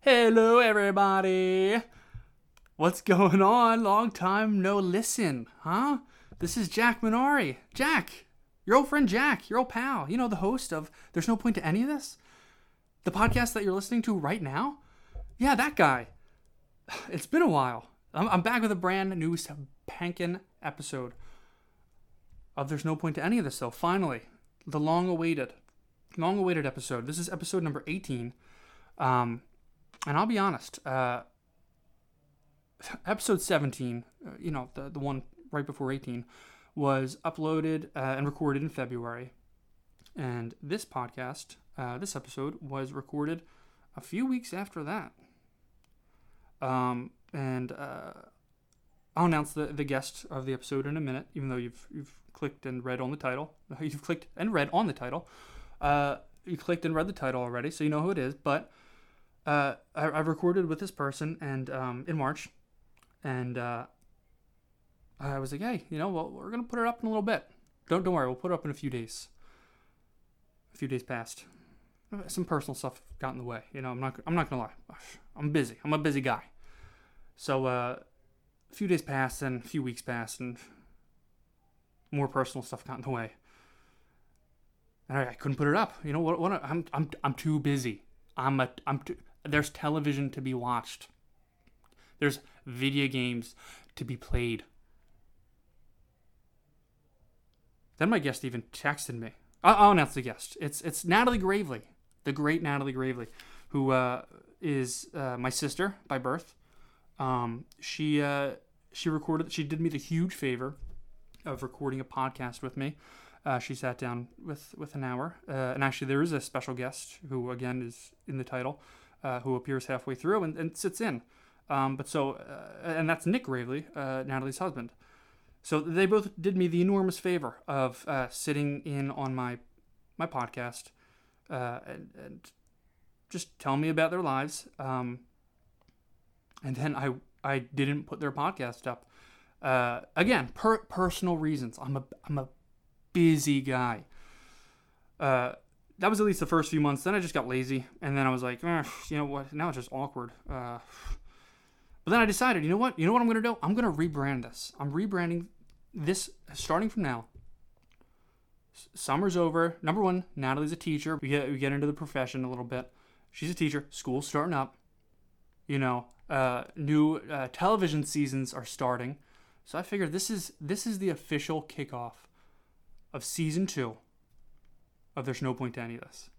Hello, everybody. What's going on? Long time no listen, huh? This is Jack Minari. Jack, your old friend Jack, your old pal. You know, the host of There's No Point to Any of This? The podcast that you're listening to right now? Yeah, that guy. It's been a while. I'm, I'm back with a brand new spanking episode of There's No Point to Any of This, though. Finally, the long awaited, long awaited episode. This is episode number 18. Um, and I'll be honest, uh, episode 17, uh, you know, the, the one right before 18, was uploaded uh, and recorded in February. And this podcast, uh, this episode, was recorded a few weeks after that. Um, and uh, I'll announce the, the guest of the episode in a minute, even though you've, you've clicked and read on the title. You've clicked and read on the title. Uh, you clicked and read the title already, so you know who it is. But uh, I, I recorded with this person and um, in March, and uh, I was like, hey, you know, well, we're gonna put it up in a little bit. Don't don't worry, we'll put it up in a few days. A few days passed. Some personal stuff got in the way. You know, I'm not I'm not gonna lie. I'm busy. I'm a busy guy. So uh, a few days passed, and a few weeks passed, and more personal stuff got in the way. And I, I couldn't put it up. You know what? What? I'm I'm I'm too busy. I'm a I'm too, there's television to be watched. There's video games to be played. Then my guest even texted me. I'll, I'll announce the guest. It's it's Natalie Gravely, the great Natalie Gravely, who uh, is uh, my sister by birth. Um, she uh, she recorded. She did me the huge favor of recording a podcast with me. Uh, she sat down with with an hour, uh, and actually there is a special guest who again is in the title, uh, who appears halfway through and, and sits in. Um, but so, uh, and that's Nick Gravely, uh, Natalie's husband. So they both did me the enormous favor of uh, sitting in on my my podcast, uh, and, and just telling me about their lives. Um, and then I I didn't put their podcast up. Uh, again, per- personal reasons. I'm a I'm a busy guy. Uh, that was at least the first few months. Then I just got lazy, and then I was like, "Ugh, you know what? Now it's just awkward. Uh, but then I decided, you know what? You know what I'm gonna do? I'm gonna rebrand this. I'm rebranding this starting from now. S- Summer's over. Number one, Natalie's a teacher. We get we get into the profession a little bit. She's a teacher. School's starting up. You know, uh, new uh, television seasons are starting. So I figured this is this is the official kickoff of season two of There's No Point to Any of This.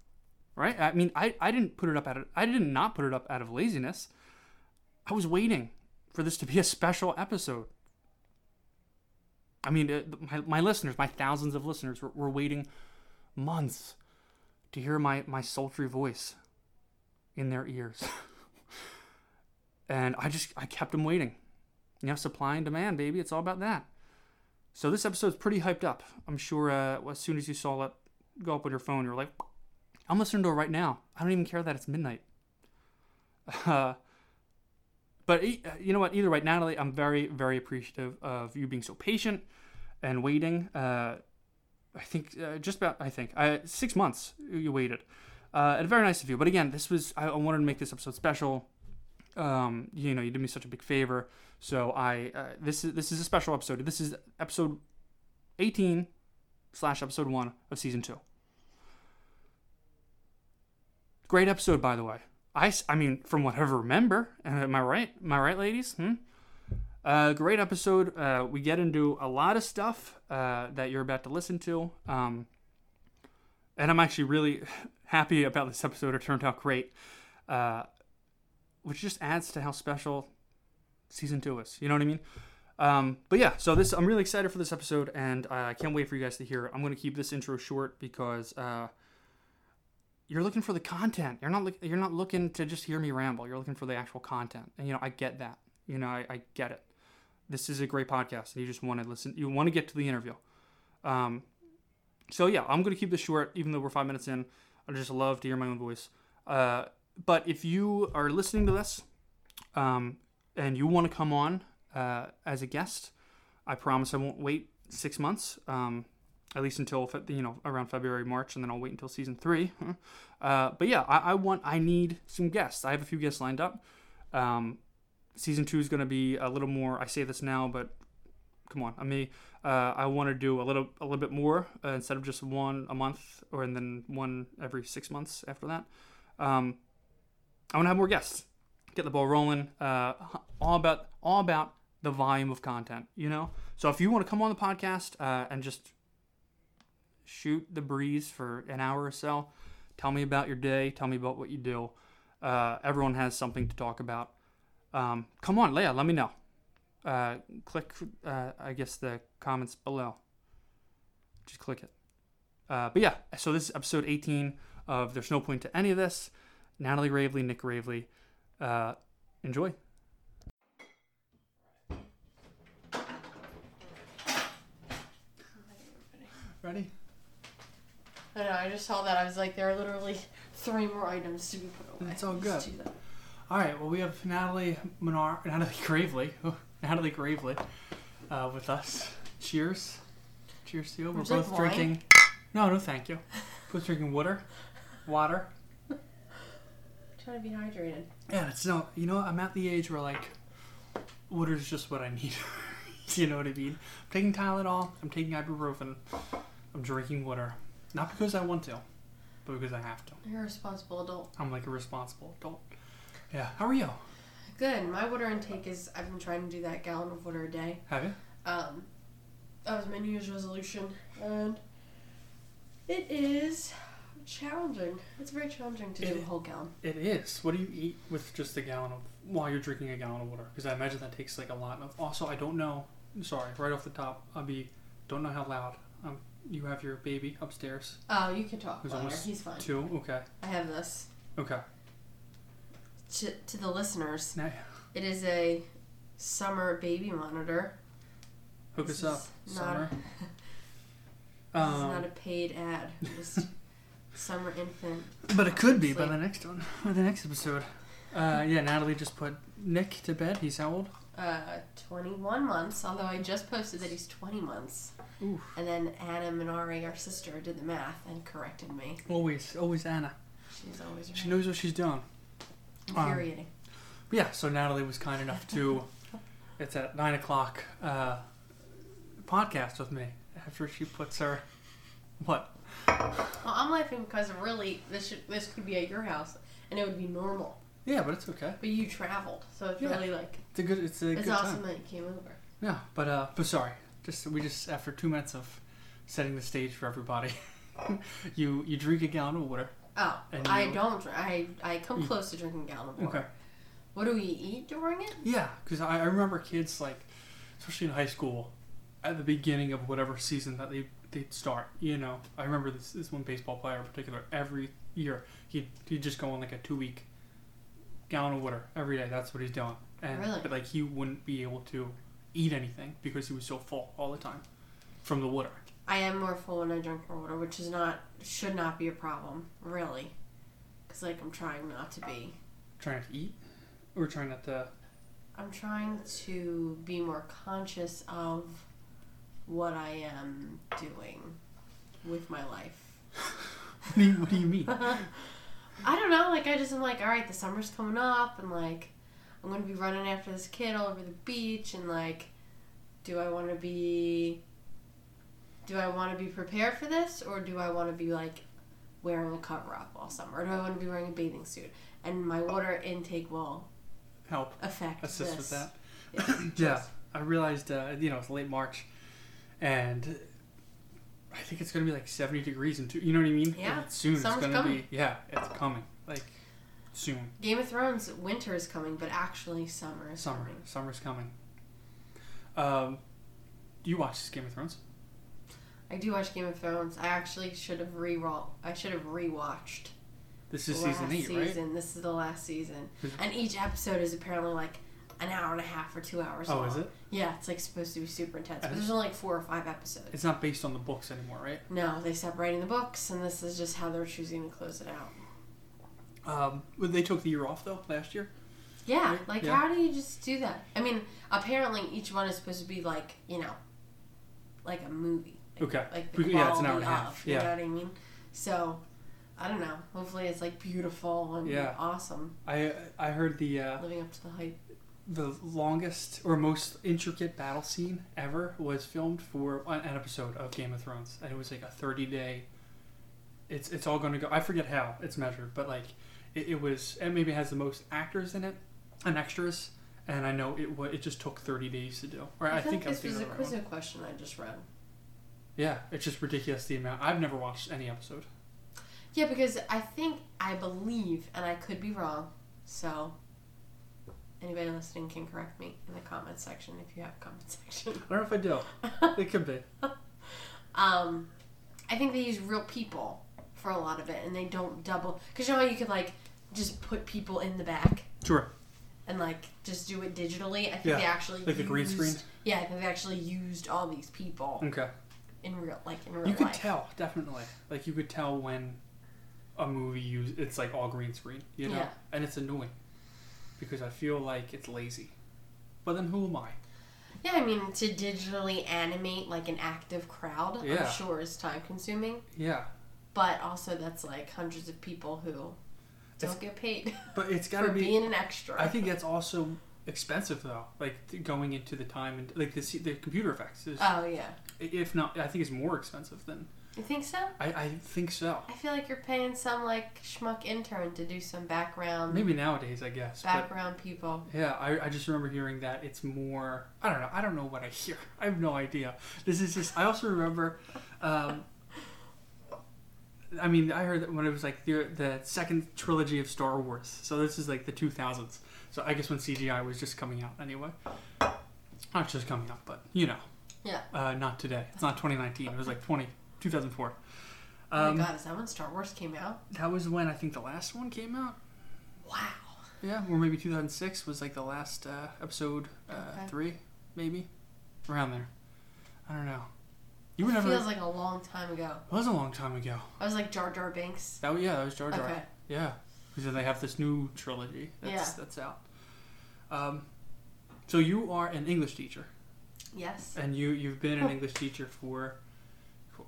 Right? I mean, I, I didn't put it up out of, I did not put it up out of laziness. I was waiting for this to be a special episode. I mean, uh, my, my listeners, my thousands of listeners were, were waiting months to hear my, my sultry voice in their ears. and I just, I kept them waiting. You know, supply and demand, baby. It's all about that. So this episode's pretty hyped up. I'm sure uh, as soon as you saw it go up on your phone, you're like, I'm listening to it right now. I don't even care that it's midnight. Uh, but e- uh, you know what? Either way, Natalie, I'm very, very appreciative of you being so patient and waiting. Uh, I think uh, just about, I think, uh, six months you waited. Uh, and very nice of you. But again, this was, I, I wanted to make this episode special um, you know, you did me such a big favor. So I, uh, this is this is a special episode. This is episode eighteen slash episode one of season two. Great episode, by the way. I, s- I mean, from what I remember, and am I right? Am I right, ladies? Hmm? Uh, great episode. Uh, we get into a lot of stuff uh, that you're about to listen to. Um, and I'm actually really happy about this episode. It turned out great. Uh, which just adds to how special season two is. You know what I mean? Um, but yeah, so this I'm really excited for this episode, and uh, I can't wait for you guys to hear it. I'm going to keep this intro short because uh, you're looking for the content. You're not look, you're not looking to just hear me ramble. You're looking for the actual content, and you know I get that. You know I, I get it. This is a great podcast, and you just want to listen. You want to get to the interview. Um, so yeah, I'm going to keep this short, even though we're five minutes in. I just love to hear my own voice. Uh, but if you are listening to this um, and you want to come on uh, as a guest, I promise I won't wait six months. Um, at least until Fe- you know around February, March, and then I'll wait until season three. Uh, but yeah, I, I want, I need some guests. I have a few guests lined up. Um, season two is going to be a little more. I say this now, but come on, I mean, uh, I want to do a little, a little bit more uh, instead of just one a month, or and then one every six months after that. Um, I want to have more guests. Get the ball rolling. Uh, all about, all about the volume of content, you know. So if you want to come on the podcast uh, and just shoot the breeze for an hour or so. Tell me about your day. Tell me about what you do. Uh, everyone has something to talk about. Um, come on, Leah, let me know. Uh, click, uh, I guess, the comments below. Just click it. Uh, but yeah, so this is episode 18 of There's No Point to Any of This. Natalie Ravely, Nick Ravely. Uh, enjoy. Ready? I know, I just saw that. I was like, there are literally three more items to be put away. That's all Let's good. do that. All right. Well, we have Natalie Minar, Natalie Gravely, Natalie Gravely, uh, with us. Cheers. Cheers to you. We're Would you like both wine? drinking. No, no, thank you. Both drinking water. Water. trying to be hydrated. Yeah, it's no. You know, I'm at the age where like, water's just what I need. you know what I mean? I'm taking Tylenol. I'm taking ibuprofen. I'm drinking water, not because I want to, but because I have to. You're a responsible adult. I'm like a responsible adult. Yeah. How are you? Good. My water intake is, I've been trying to do that gallon of water a day. Have you? Um, that was my New Year's resolution, and it is challenging. It's very challenging to do It- a whole gallon. It is. What do you eat with just a gallon of while you're drinking a gallon of water? Because I imagine that takes like a lot of. Also, I don't know. Sorry, right off the top, I'll be. Don't know how loud. Um, you have your baby upstairs Oh, you can talk There's louder. almost He's fine. too. Okay. I have this. Okay. To, to the listeners, Now it is a summer baby monitor. hook This us up, is not- summer. This Um, is not a paid ad. Just summer infant. but it could be by Sleep. the next one, by the next episode. Uh, yeah, Natalie just put Nick to bed. He's how old? Uh, 21 months, although I just posted that he's 20 months. Oof. And then Anna Minari, our sister, did the math and corrected me. Always, always Anna. She's always She right. knows what she's doing. um, Infuriating. Yeah, so Natalie was kind enough to. it's at nine o'clock. Uh, podcast with me after she puts her. What? well, I'm laughing because really, this should, this could be at your house and it would be normal. Yeah, but it's okay. But you traveled, so it's Yeah. really like It's a good. It's a it's good awesome time. that you came over. Yeah, but uh, but sorry. Just we just after two minutes of setting the stage for everybody, you you drink a gallon of water. Oh, And I you- Mm. don't. dr- I I come You- close to drinking a gallon of water. What do we eat during it? Yeah, because I, I remember kids like, especially in high school, at the beginning of whatever season that they they'd start. You know, I remember this this one baseball player in particular. Every year, he'd he'd just go on like a two week gallon of water every day. That's what he's doing, and Really? but, like he wouldn't be able to eat anything because he was so full all the time from the water. I am more full when I drink more water, which is not should not be a problem, really, because like I'm trying not to be. Trying to eat, or trying not to. I'm trying to be more conscious of what I am doing with my life. What do you, what do you mean? I don't know. Like I just am like, all right, the summer's coming up, and like I'm gonna be running after this kid all over the beach, and like, do I want to be? Do I want to be prepared for this, or do I want to be like wearing a cover up all summer, or do I want to be wearing a bathing suit? And my water intake will Help affect assist this. with that. Yes. Yeah, I realized, uh, you know, it's late March, and I think it's gonna be like seventy degrees in two. You know what I mean? Yeah, And soon it's summer's gonna coming. be. Yeah, it's coming. Like soon, Game of Thrones, winter is coming, but actually summer is summer, coming. summer's coming. Um, do you watch Game of Thrones? I do watch Game of Thrones. I actually should have re I should have rewatched This is last season eight, right? season. This is the last season, and each episode is apparently like an hour and a half or two hours. Oh, long. is it? Yeah, it's like supposed to be super intense, but And- there's only like four or five episodes. It's not based on the books anymore, right? No, they stopped writing the books, and this is just how they're choosing to close it out. Um, well, they took the year off though last year. Yeah, Right? like Yeah. how do you just do that? I mean, apparently each one is supposed to be like you know, like a movie. Okay. Like the We- quality yeah, it's an hour and a of, half, you yeah. know what I mean? So, I don't know. Hopefully, it's like beautiful and Yeah. awesome, I I heard the uh, living up to the hype. the longest or most intricate battle scene ever was filmed for an an episode of Game of Thrones, and it was like a thirty day. It's it's all going to go. I forget how it's measured, but like it, it was. It maybe has the most actors in it and extras, and I know it wa it just took thirty days to do. Or I, feel think like I was this was a thinking of the right quiz one. question I just read. Yeah, it's just ridiculous the amount. I've never watched any episode. Yeah, because I think I believe, and I could be wrong. So, anybody listening can correct me in the comment section if you have comment section. I don't know if I do. It could be. Um, I think they use real people for a lot of it, and they don't double. Cause you know how you could like just put people in the back Sure. and like just do it digitally. I think Yeah, they actually like the green used- screen? Yeah, I think they actually used all these people Okay. in real, like in real You could life. tell, definitely. Like you could tell when a movie use it's like all green screen, you know, Yeah. and it's annoying because I feel like it's lazy. But then who am I? yeah, I mean to digitally animate like an active crowd, Yeah. I'm sure is time consuming. Yeah, but also that's like hundreds of people who It's- don't get paid but it's got for to be. being an extra. I think that's also expensive though. Like th- going into the time and like the C- the computer effects is Oh yeah, if not, I think it's more expensive than you think so? I, I think so. I feel like you're paying some like schmuck intern to do some background Maybe nowadays, I guess. but- background people. Yeah, I, I just remember hearing that it's more. I don't know. I don't know what I hear. I have no idea. This is just. I also remember. Um, I mean, I heard that when it was like the, the second trilogy of Star Wars. So this is like the 2000s. So I guess when CGI was just coming out anyway. Not just coming out, but you know. Yeah. Uh, not today. It's not 2019. It was like 20, 2004. oh Um, my god, is that when Star Wars came out? that was when I think the last one came out. Wow. Yeah, or maybe 2006 was like the last uh, episode uh, Okay. three, maybe around there. I don't know. You It were never. feels like a long time ago. it was a long time ago. I was like Jar Jar Binks. That yeah, that was Jar Jar. Okay. Yeah, because then they have this new trilogy that's Yeah. that's out. Um, so you are an English teacher, Yes. and you you've been Oh. an English teacher for,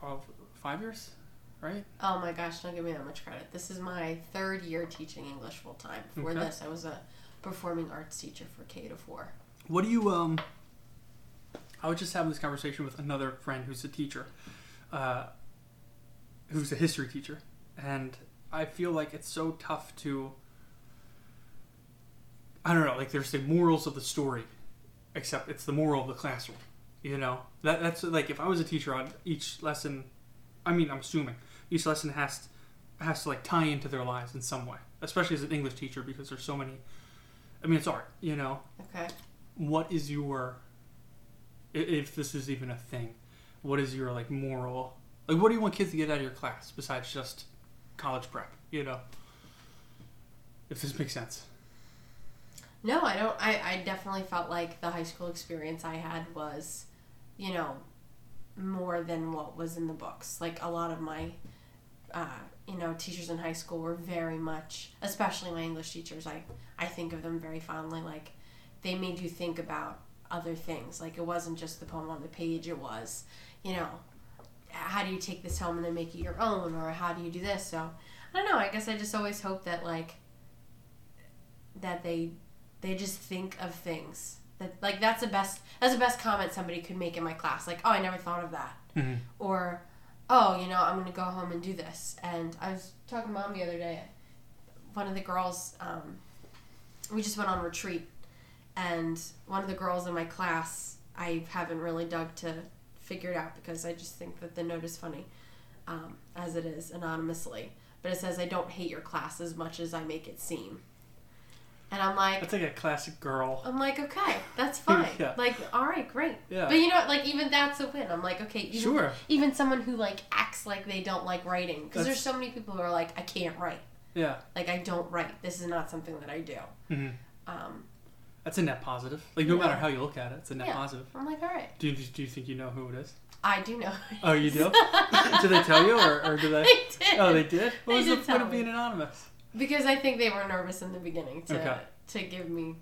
uh, five years, right? Oh my gosh, don't give me that much credit. This is my third year teaching English full time. Before Okay. this, I was a performing arts teacher for K to four. What do you um? I was just having this conversation with another friend who's a teacher, uh, who's a history teacher, and I feel like it's so tough to. I don't know, like there's the morals of the story, except it's the moral of the classroom. You know that that's like if I was a teacher, I'd each lesson. I mean, I'm assuming each lesson has has to like tie into their lives in some way, especially as an English teacher because there's so many. I mean, it's art, you know Okay. what is your i- if this is even a thing what is your like moral like what do you want kids to get out of your class besides just college prep you know if this makes sense No, I don't. I, I definitely felt like the high school experience I had was, you know, more than what was in the books. Like a lot of my, uh, you know, teachers in high school were very much, especially my English teachers, I, I think of them very fondly. Like they made you think about other things. Like it wasn't just the poem on the page, it was, you know, how do you take this home and then make it your own? Or how do you do this? So I don't know. I guess I just always hope that, like, that they they just think of things that like that's the best that's the best comment somebody could make in my class like oh i never thought of that Mhm. or oh you know i'm gonna go home and do this and i was talking to mom the other day one of the girls um, we just went on retreat and one of the girls in my class i haven't really dug to figure it out because i just think that the note is funny um, as it is anonymously but it says i don't hate your class as much as i make it seem and i'm like that's like a classic girl I'm like, okay, that's fine. Yeah. Like, all right, great. Yeah. But you know, what, like even that's a win. I'm like, okay, even, Sure. Even someone who like acts like they don't like writing, because there's That's- so many people who are like, I can't write. yeah Like I don't write. This is not something that I do. Mhm. Um, that's a net positive like no Yeah. matter how you look at it it's a net Yeah. positive I'm like, all right, do you, do you think you know who it is I do know. oh you do did they tell you or, or did they they did. oh they did what They was did the point tell of me. being anonymous Because I think they were nervous in the beginning to Okay. to give me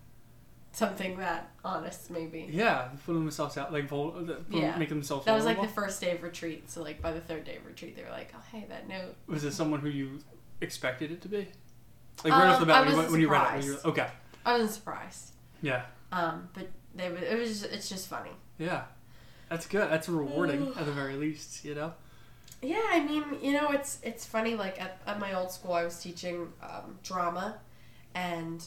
something that honest, maybe. Yeah, putting themselves out, like vul- the- putting- Yeah. making themselves. That was like vulnerable. the first day of retreat. So like by the third day of retreat, they were like, "Oh hey, that note." Was it someone who you expected it to be? Like right off Um, the I bat, when you, wasn't went- when you read it, when you surprised. were- okay, I wasn't surprised. yeah, Um, but they were- it was it's just funny. yeah, that's good. That's rewarding at the very least, you know. Yeah, I mean, you know, it's it's funny. Like at, at my old school, I was teaching um, drama, and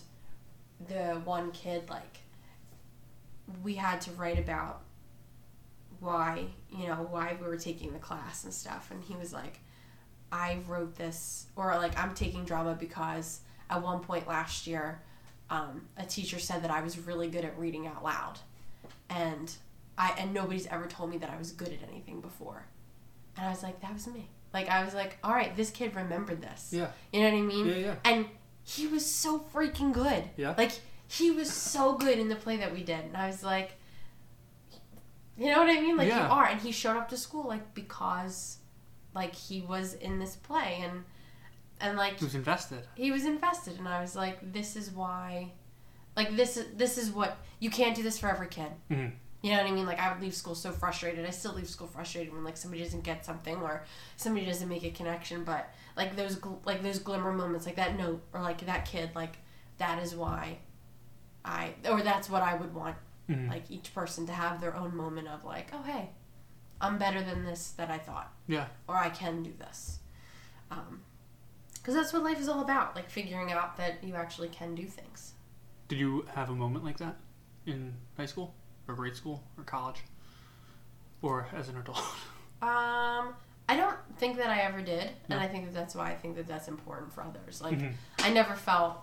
the one kid like we had to write about why you know why we were taking the class and stuff, and he was like, "I wrote this," or like, "I'm taking drama because at one point last year, um, a teacher said that I was really good at reading out loud, and I and nobody's ever told me that I was good at anything before." And I was like, that was me. Like, I was like, all right, this kid remembered this. Yeah. You know what I mean? Yeah, yeah. And he was so freaking good. Yeah. Like, he was so good in the play that we did. And I was like, you know what I mean? Like, Yeah. you are. And he showed up to school, like, because, like, he was in this play. And, and like, Who's invested? he was invested. And I was like, this is why, like, this is, this is what, you can't do this for every kid. Mhm. You know what I mean? Like I would leave school so frustrated. I still leave school frustrated when like somebody doesn't get something or somebody doesn't make a connection. But like those gl- like those glimmer moments, like that note or like that kid, like that is why I or that's what I would want. Mhm. Like each person to have their own moment of like, oh hey, I'm better than this that I thought. Yeah. Or I can do this. Um, because that's what life is all about. Like figuring out that you actually can do things. Did you have a moment like that in high school or grade school or college or as an adult? Um, I don't think that I ever did, No. and I think that that's why I think that that's important for others. Like, Mhm. I never felt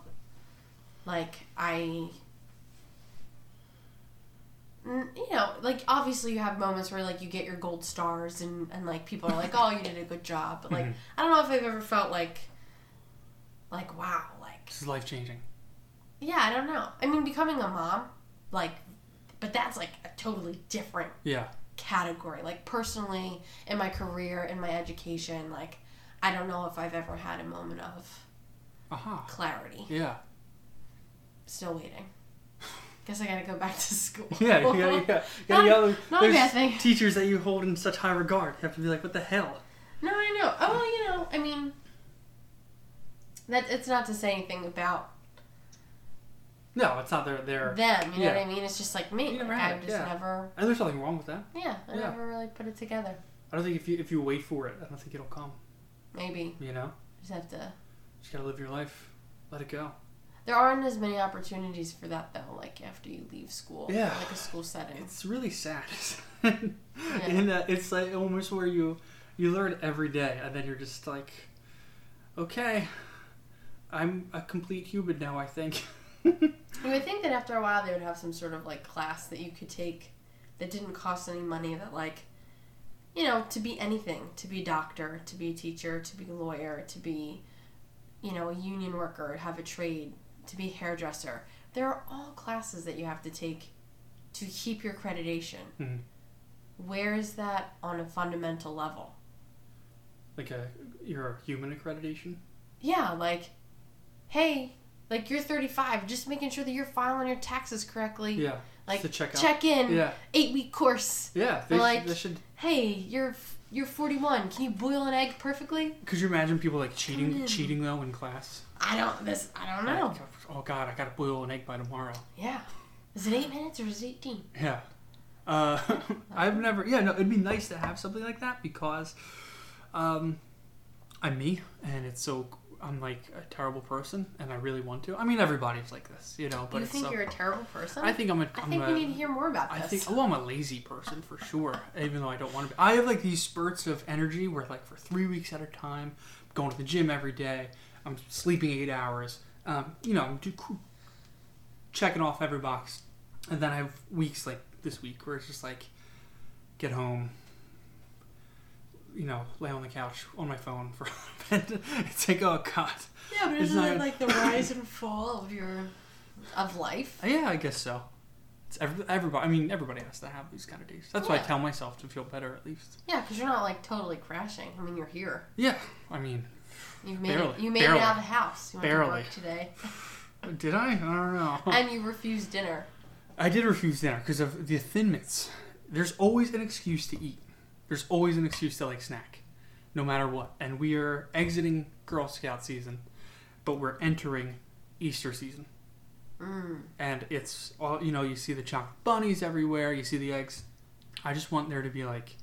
like I, N- you know, like obviously you have moments where like you get your gold stars and and like people are like, oh, you did a good job, but like Mhm. I don't know if I've ever felt like, like wow, like this is life changing. yeah, I don't know. I mean, becoming a mom, like, but that's like a totally different Yeah. category. Like personally, in my career, in my education, like I don't know if I've ever had a moment of Aha. clarity. Yeah. Still waiting. Guess I gotta go back to school. Yeah. You gotta, you gotta, you gotta Not- yell. not a There's bad thing. Teachers that you hold in such high regard have to be like, what the hell? No, I know. Oh, you know, I mean, that it's not to say anything about No, it's not their their. them. You know Yeah. what I mean? It's just like me. You never Like, had I've it, just yeah. never. And there's nothing wrong with that. Yeah, I Yeah. never really put it together. I don't think if you if you wait for it, I don't think it'll come. Maybe You know, just have to. just gotta live your life, let it go. There aren't as many opportunities for that though. Like after you leave school, Yeah. like a school setting. It's really sad, and uh, it's like almost where you you learn every day, and then you're just like, okay, I'm a complete human now. I think. You would think that after a while they would have some sort of like class that you could take that didn't cost any money that like you know, to be anything, to be a doctor, to be a teacher, to be a lawyer, to be you know, a union worker, have a trade, to be a hairdresser. There are all classes that you have to take to keep your accreditation. Mhm. Where is that on a fundamental level? like a your human accreditation. Yeah, like hey, like you're 35, just making sure that you're filing your taxes correctly. Yeah, Like to check out. check in. Yeah, 8 week course. yeah. They, sh- like- they should. hey, you're you're 41. Can you boil an egg perfectly? Could you imagine people like cheating in. cheating though in class? I don't. This I don't know. Like, oh God, I gotta boil an egg by tomorrow. Yeah. Is it eight minutes or is it 18? Yeah. Uh, I've never. Yeah, no. It'd be nice to have something like that because um, I'm me, and it's so I'm like a terrible person, and I really want to. I mean, everybody's like this, you know. But you it's think so, you're a terrible person? I think I'm a. I I'm think a- we need to hear more about I this. think well, I'm a lazy person for sure. Even though I don't want to be, I have like these spurts of energy where like for three weeks at a time, going to the gym every day, I'm sleeping eight hours. Um, you know, I'm do, checking off every box, and then I have weeks like this week where it's just like, get home. You know, lay on the couch on my phone for a bit. It's like, oh god. yeah, but It's isn't not- it like the rise and fall of your of life? Yeah, I guess so. It's every, everybody. I mean, everybody has to have these kind of days. That's why I Yeah. tell myself to feel better at least. Yeah, because you're not like totally crashing. I mean, you're here. Yeah, I mean, You've made Barely. it. You made Barely. it out of the house. You went Barely. to work today. Did I? I don't know. and you refused dinner. I did refuse dinner because of the Thin Mints. There's always an excuse to eat. There's always an excuse to like snack, no matter what. And we are exiting Girl Scout season, but we're entering Easter season. Mm. And it's all you know. You see the chocolate bunnies everywhere. You see the eggs. I just want there to be like,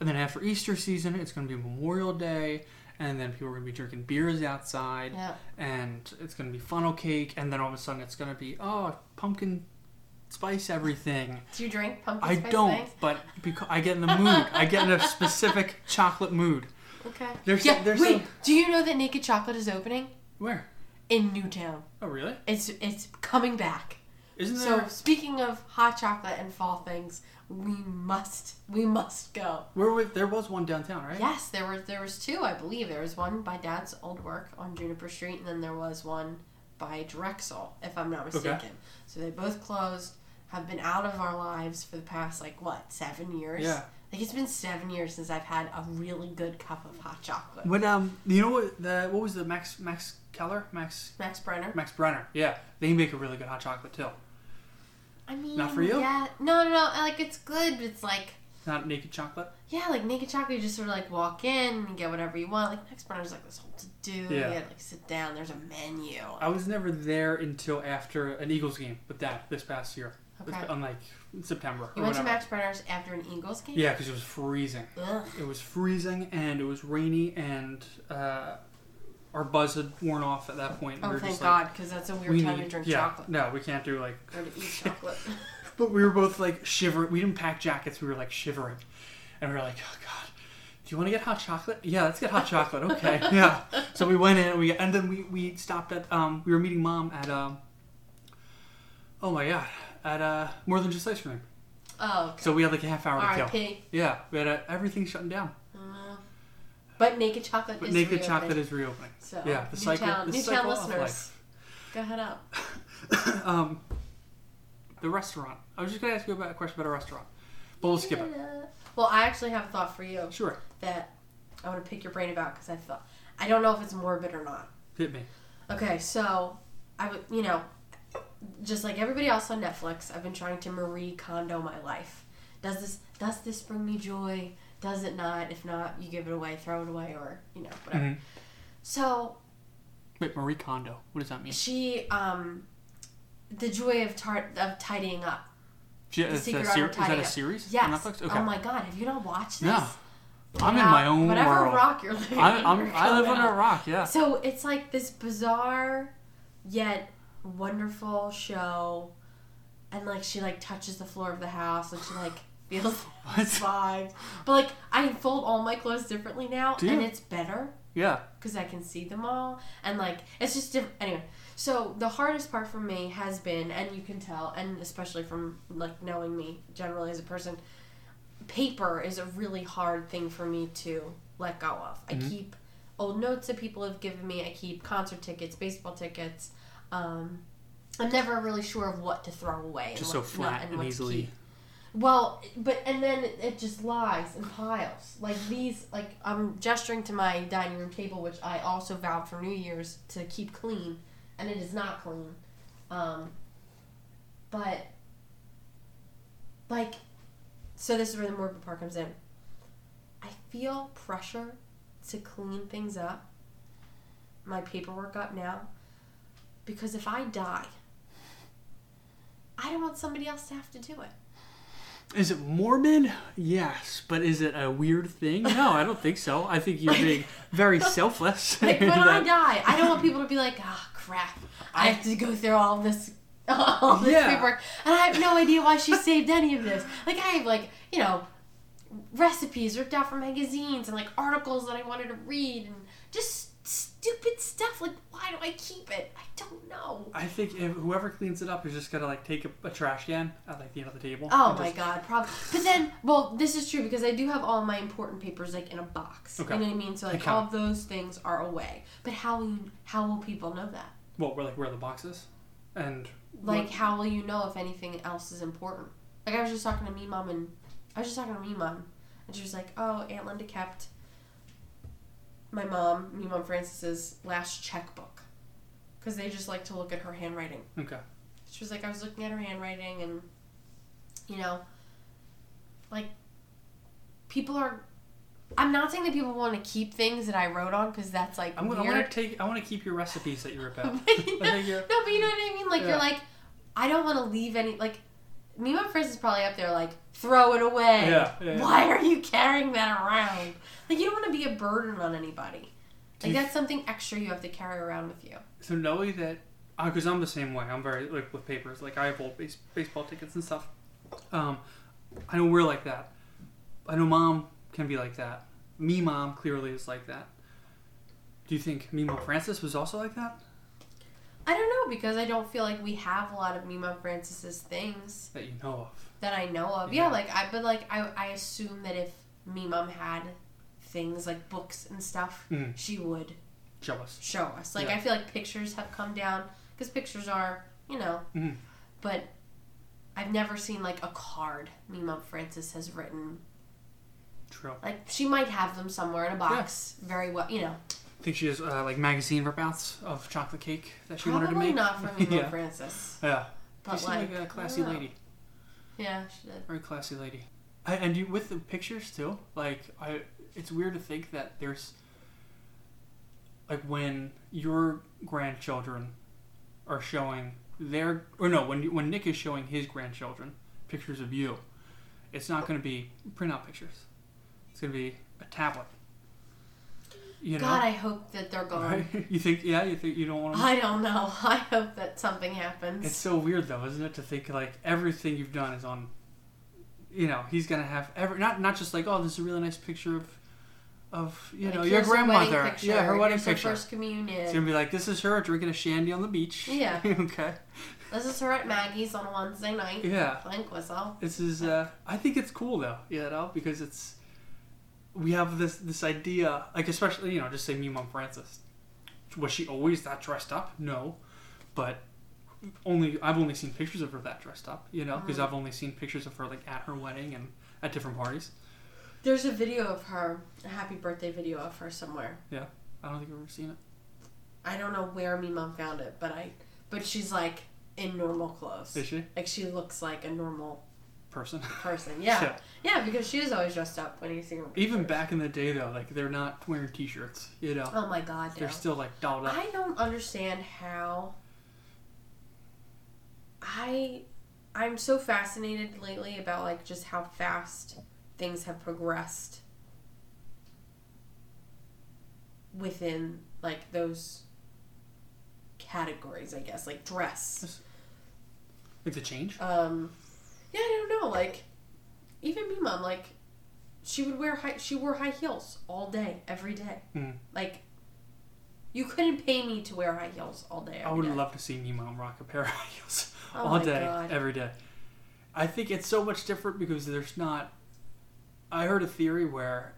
and then after Easter season, it's going to be Memorial Day, and then people are going to be drinking beers outside Yeah. and it's gonna be funnel cake, and then all of a sudden it's gonna be oh pumpkin spice everything. Do you drink pumpkin I spice don't, things? but because I get in the mood, I get in a specific chocolate mood. Okay. There's yeah. there's wait. some- Do you know that Naked Chocolate is opening where in Newtown? oh really It's it's coming back. isn't So there speaking of hot chocolate and fall things, we must we must go. where we, there was one downtown right? Yes, there were there was two, I believe. There was one by Dad's old work on Juniper Street, and then there was one by Drexel, if I'm not mistaken. So they both closed, have been out of our lives for the past like what seven years. Yeah. like it's been seven years since I've had a really good cup of hot chocolate. When um you know what the what was the Max Max Keller Max Max Brenner. Max Brenner yeah they make a really good hot chocolate too. I mean, Not for you? Yeah, no, no, no. I- Like it's good. but It's like Not naked chocolate. yeah, like naked chocolate. You just sort of like walk in and get whatever you want. Like Max Brenner's like this whole to do. You Yeah. gotta like sit down. There's a menu. I was never there until after an Eagles game with Dad this past year, Okay. on like September. or You went to whatever. Max Brenner's after an Eagles game. Yeah, because it was freezing. Ugh. It was freezing and it was rainy, and uh, our buzz had worn off at that point. and Oh, we were thank just like, God, because that's a we weird time need, to drink yeah, chocolate No, we can't do like. or to eat chocolate. But we were both like shivering. We didn't pack jackets. We were like shivering, and we were like, "Oh God, do you want to get hot chocolate? Yeah, let's get hot chocolate. Okay, yeah." So we went in, and we and then we, we stopped at um we were meeting mom at um. Oh my God, at uh more than just ice cream. oh, okay. So we had like a half hour to kill. R.I.P. Yeah, we had uh, everything shutting down. Uh, But naked chocolate But is naked reopened, chocolate is reopening. So yeah, the cycle- Newtown, the Newtown cycle of listeners, go head up. um, the restaurant. I was just gonna ask you about a question about a restaurant, but we'll skip it. Yeah. Well, I actually have a thought for you Sure, that I want to pick your brain about because I thought I don't know if it's morbid or not. hit me. Okay, so I would, you know, just like everybody else on Netflix, I've been trying to Marie Kondo my life. Does this does this bring me joy? Does it not? If not, you give it away, throw it away, or you know whatever. Mhm. So Wait, Marie Kondo. What does that mean? she, um, the joy of tar- of tidying up. She, The is, that Secret a Art ser- of is that a Tidying Up. series on Yes. Netflix? Oh my God, have you not watched this? No. I'm in my own whatever world. rock you're living. I'm, in, I'm, you're I live going under a rock. Yeah. So it's like this bizarre yet wonderful show and like she like touches the floor of the house and she like feels What? vibes. But like I fold all my clothes differently now Do you? and it's better Yeah. because I can see them all and like it's just different anyway. So the hardest part for me has been and you can tell and especially from like knowing me generally as a person paper is a really hard thing for me to let go of. I Mhm. keep old notes that people have given me. I keep concert tickets, baseball tickets. Um, I'm never really sure of what to throw away. Just and so what flat not, and, and what to easily- keep. Well, but and then it just lies and piles like these. Like I'm gesturing to my dining room table, which I also vowed for New Year's to keep clean, and it is not clean. Um, but like so this is where the morbid part comes in. I feel pressure to clean things up, my paperwork up now, because if I die, I don't want somebody else to have to do it. Is it morbid? Yes, but is it a weird thing? No, I don't think so. I think you're being very selfless. Like when in I that- die, I don't want people to be like, ah, crap, I have to go through all this. All this Yeah. paperwork, and I have no idea why she saved any of this. Like I have, like you know, recipes ripped out from magazines and like articles that I wanted to read, and just stupid stuff. Like why do I keep it? I don't know. I think if whoever cleans it up is just gonna like take a, a trash can at like the end of the table. Oh and my just- god, probably. But then, well, this is true because I do have all my important papers like in a box. Okay. You know what I mean? So like Okay. all of those things are away. But how will you, how will people know that? Well, we're like where are the boxes, and Like what- how will you know if anything else is important? Like I was just talking to me mom and I was just talking to me mom and she was like, "Oh, Aunt Linda kept my mom, me mom Francis's last checkbook." because they just like to look at her handwriting. Okay. She was like, I was looking at her handwriting, and you know, like people are. I'm not saying that people want to keep things that I wrote on because that's like I'm, gonna- I weird. want to take. I want to keep your recipes that you rip out. But, you I know- think you're- no, but you know what I mean. Like Yeah. you're like, I don't want to leave any. Like me, and my friends is probably up there like, throw it away. Yeah, yeah, yeah. Why are you carrying that around? Like you don't want to be a burden on anybody. Do Like you- that's something extra you have to carry around with you. So knowing that, because I'm the same way. I'm very like with papers. Like I have old base, baseball tickets and stuff. Um, I know we're like that. I know mom can be like that. Me mom clearly is like that. Do you think me mom Francis was also like that? I don't know because I don't feel like we have a lot of Mima Francis's things That you know of. that I know of. Yeah, Yeah. like I but like I I assume that if me mom had things like books and stuff, Mm. she would Jealous. show us. Like Yeah. I feel like pictures have come down because pictures are you know, Mhm. but I've never seen like a card me mom Francis has written. True. Like she might have them somewhere in a box, very well, you know. I think she has uh, like magazine ripouts of chocolate cake that she wanted to Probably make. not from me mom yeah. Francis, Yeah. She but seemed like, like a I classy don't know. lady. Yeah, she did. Very classy lady. I, and you with the pictures too. Like I, it's weird to think that there's like when your grandchildren are showing their or no when when Nick is showing his grandchildren pictures of you, it's not going to be printout pictures. It's going to be a tablet. You know. God, I hope that they're gone. Right? You think yeah? You think you don't want to. I don't know. I hope that something happens. It's so weird though, isn't it, to think like everything you've done is on. You know, he's gonna have every not not just like oh, this is a really nice picture of, of you Like, know here's your her wedding grandmother, picture, yeah, her wedding here's her picture. first communion. It's gonna be like this is her drinking a shandy on the beach. Yeah. okay. This is her at Maggie's on Wednesday night. Yeah. Blank whistle. This is. Uh, I think it's cool though, you know, because it's. We have this this idea, like especially you know, just say me, Mom Francis. Was she always that dressed up? No, but only I've only seen pictures of her that dressed up, you know, Uh-huh. because I've only seen pictures of her like at her wedding and at different parties. There's a video of her, a happy birthday video of her somewhere. I don't think I've ever seen it. I don't know where me mom found it, but I, but she's like in normal clothes. Is she Like she looks like a normal person? person. Yeah. yeah. because she was always dressed up when you see her. Even pictures. back in the day though, like they're not wearing t-shirts, you know, Oh my god. they're no. still like dolled up. I don't understand how I I'm so fascinated lately about like just how fast things have progressed within like those categories, I guess, like dress. Like the change. Um yeah, I don't know, like even me mom like she would wear high she wore high heels all day every day. Mm. Like you couldn't pay me to wear high heels all day. I every would day. love to see me mom rock a pair of heels. Oh all my day, God. every day. I think it's so much different because there's not. I heard a theory where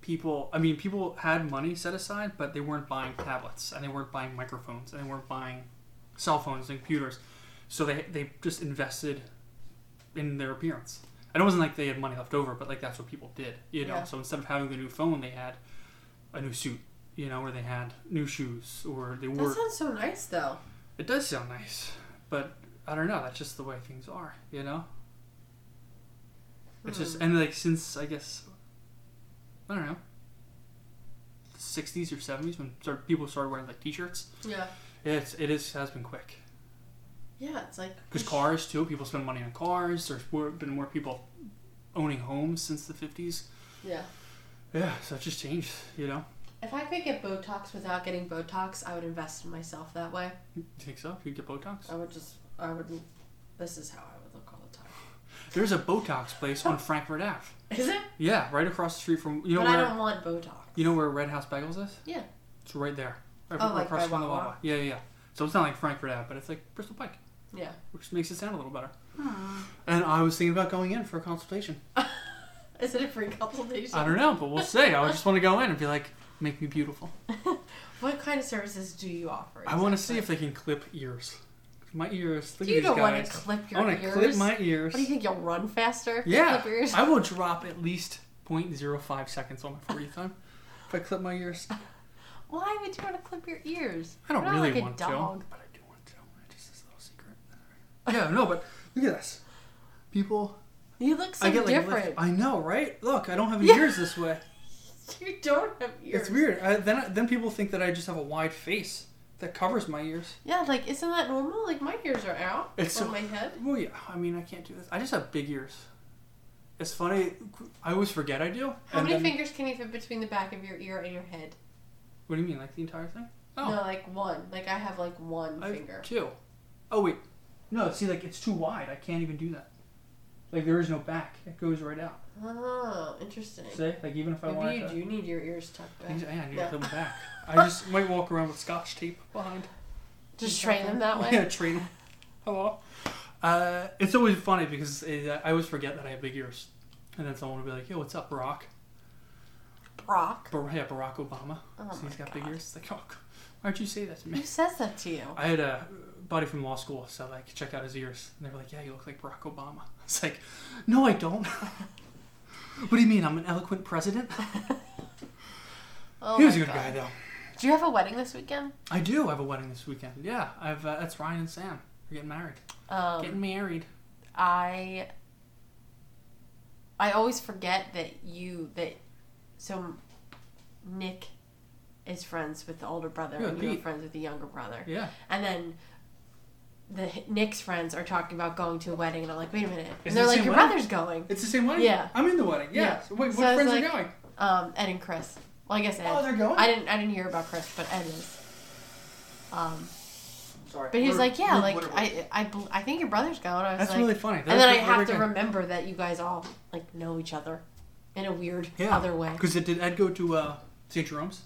people, I mean, people had money set aside, but they weren't buying tablets and they weren't buying microphones and they weren't buying cell phones and computers. So they, they just invested in their appearance. And it wasn't like they had money left over, but like that's what people did, you know? Yeah. So instead of having the new phone, they had a new suit, you know, or they had new shoes or they wore. That sounds so nice, though. It does sound nice, but I don't know. That's just the way things are, you know. It's Hmm. just and like since I guess I don't know, sixties or seventies when start, people started wearing like t-shirts. Yeah. It's it is has been quick Yeah, it's like because cars too. People spend money on cars. There's more, been more people owning homes since the fifties. Yeah. Yeah, so it's just changed, you know. If I could get Botox without getting Botox, I would invest in myself that way. You think so? You get Botox? I would just, I would. This is how I would look all the time. There's a Botox place on Frankfurt Ave. Is it? Yeah, right across the street from you know but where I don't want Botox. You know where Red House Bagels is? Yeah. It's right there. Right, Oh, right like across by from the Wawa? Wawa. Yeah, yeah, yeah. So it's not like Frankfurt Ave, but it's like Bristol Pike, Yeah. which makes it sound a little better. And I was thinking about going in for a consultation. Is it a free consultation? I don't know, but we'll see. I just want to go in and be like, make me beautiful. What kind of services do you offer? I want to see if they can clip ears. My ears. Look You at these don't want guys. to clip I your want to ears. clip my ears. What do you think? You'll run faster if you yeah, clip your ears? I will drop at least 0.05 seconds on my 40 time if I clip my ears. Why would you want to clip your ears? I don't You're not really like want a dog. to, but I do want to. It is this little secret. yeah, no, but look at this. People, You look so I get like lift- different. I know, right? Look, I don't have Yeah. ears this way. You don't have ears. It's weird. I, then then people think that I just have a wide face that covers my ears. Yeah, like isn't that normal? Like my ears are out It's from so- my head. Well, yeah. I mean, I can't do this. I just have big ears. It's funny. I always forget I do. How and many then- fingers can you fit between the back of your ear and your head? What do you mean, like the entire thing? No, like one. Like I have like one Oh. I have finger. two. Oh wait, no. See, like it's too wide. I can't even do that. Like there is no back. It goes right out. Oh, interesting. See, like even if I Maybe you wanted to. do need your ears tucked back. Things- Yeah, I need Yeah. to put them back. I just might walk around with scotch tape behind. Just train them that way. Yeah, train them. Hello. Uh, it's always funny because uh I always forget that I have big ears, and then someone will be like, "Yo, what's up, Barack?" Brock. Bar- yeah, Barack Obama. Oh So he's my got God. big ears. It's like, oh, God. why'd you say that to Who me? says that to you? I had a buddy from law school, so like, check out his ears, and they were like, "Yeah, you look like Barack Obama." It's like, no, I don't. what do you mean? I'm an eloquent president. Oh he was a my good God. guy, though. Do you have a wedding this weekend? I do have a wedding this weekend. Yeah, I've uh, that's Ryan and Sam. We're getting married. Um, getting married. I I always forget that you that so Nick is friends with the older brother Yeah, and you're Pete. friends with the younger brother. Yeah. And then the Nick's friends are talking about going to a wedding and I'm like, wait a minute. Is And it they're the like, same Your wedding? brother's going. It's the same wedding. Yeah. I'm in the wedding. Yeah. Yeah. So wait, what So I was friends are like- going? Um, Ed and Chris. Well I guess Ed. Oh, they're going? I didn't I didn't hear about Chris, but Ed is. Um, Sorry. but he was We're- like, yeah, we're- like we're- I, I, bel- I think your brother's going. I was That's like, really funny. and then I have to remember that you guys all like know each other in a weird Yeah. other way. Because did Ed go to uh, St. Jerome's?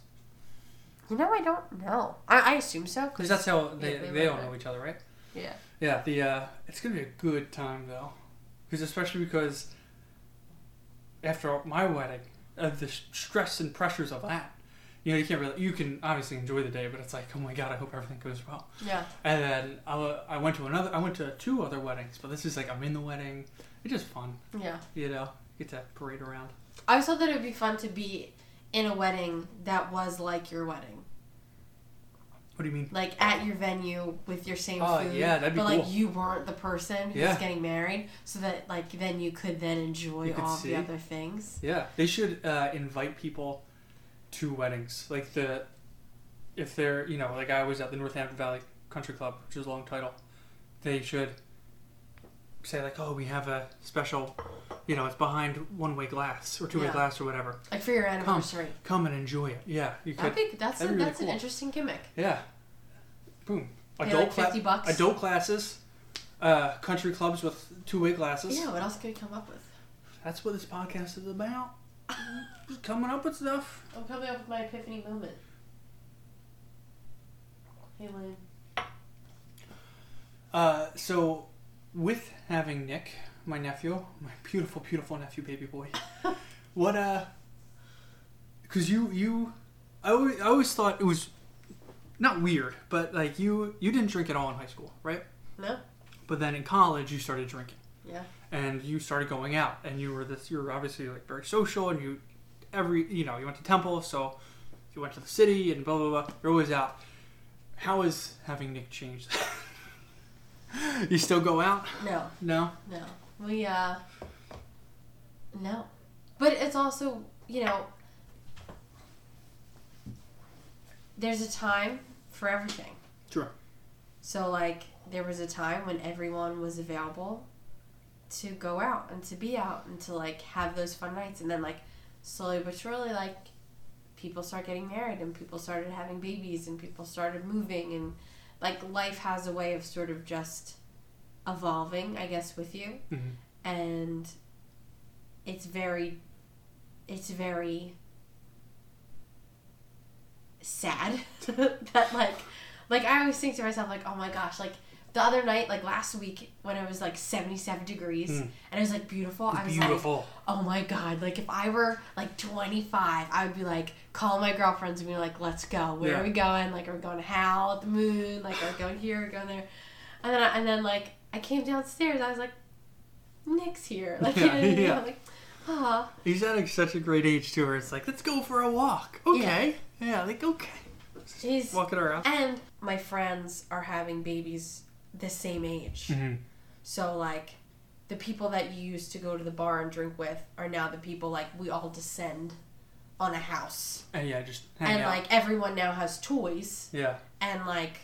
You know, I don't know. I, I assume so. Because that's how they, Yeah, they, they all went. know each other, right? yeah. Yeah. The uh, it's gonna be a good time though, because especially because after my wedding, uh, the s- stress and pressures of that, you know, you can't really you can obviously enjoy the day, but it's like, oh my god, I hope everything goes well. Yeah. And then I, wa- I went to another. I went to two other weddings, but this is like I'm in the wedding. It's just fun, Yeah. you know. Get to parade around. I always thought that it would be fun to be in a wedding that was like your wedding, What do you mean? like at your venue with your same Oh, food. yeah, that'd be But cool. like you weren't the person who's Yeah. getting married, so that like then you could then enjoy You could all see. the other things. Yeah, they should uh, invite people to weddings. Like the if they're you know like I was at the Northampton Valley Country Club, which is a long title. They should say like, oh, we have a special, you know, it's behind one way glass or two way Yeah. glass or whatever. Like for your anniversary. Come and enjoy it. Yeah, you could. I think that's a, that'd be really that's cool. an interesting gimmick. Yeah. Boom. Pay, Adult like, 50 bucks. Adult classes. Uh, country clubs with two-way glasses. Yeah. What else could we come up with? That's what this podcast is about. Just Coming up with stuff. I'm coming up with my epiphany moment. Hey, Lynn. Uh, so, with having Nick, my nephew, my beautiful, beautiful nephew, baby boy, what uh, because you you, I always, I always thought it was not weird, but like you you didn't drink at all in high school, right? No? But then in college you started drinking. Yeah. and you started going out and you were this you were obviously like very social and you every you know you went to temple so you went to the city and blah blah blah you're always out how is having nick changed that? you still go out No, no no. We, uh. No. But it's also, you know, there's a time for everything. sure So, like, there was a time when everyone was available to go out and to be out and to, like, have those fun nights. And then, like, slowly but surely, like, people start getting married and people started having babies and people started moving. And, like, life has a way of sort of just evolving, I guess, with you. Mhm. And it's very, it's very sad that, like, like I always think to myself, like, oh my gosh, like the other night, like last week when it was like seventy seven degrees Mm. and it was like beautiful, I was like, beautiful oh my god, like if I were like twenty five, I would be like call my girlfriends and be like, let's go. Where Yeah. are we going? Like, are we going to howl at the moon? Like, are we going here? Are we going there? And then I, and then like I came downstairs, I was like, Nick's here. Like, you know, what I mean? Yeah, yeah. I'm like, oh, he's at like, such a great age too where it's like let's go for a walk okay yeah, like okay He's walking around. and my friends are having babies the same age. Mhm. So like the people that you used to go to the bar and drink with are now the people like we all descend on a house. And yeah, just hang And out. like everyone now has toys yeah, and like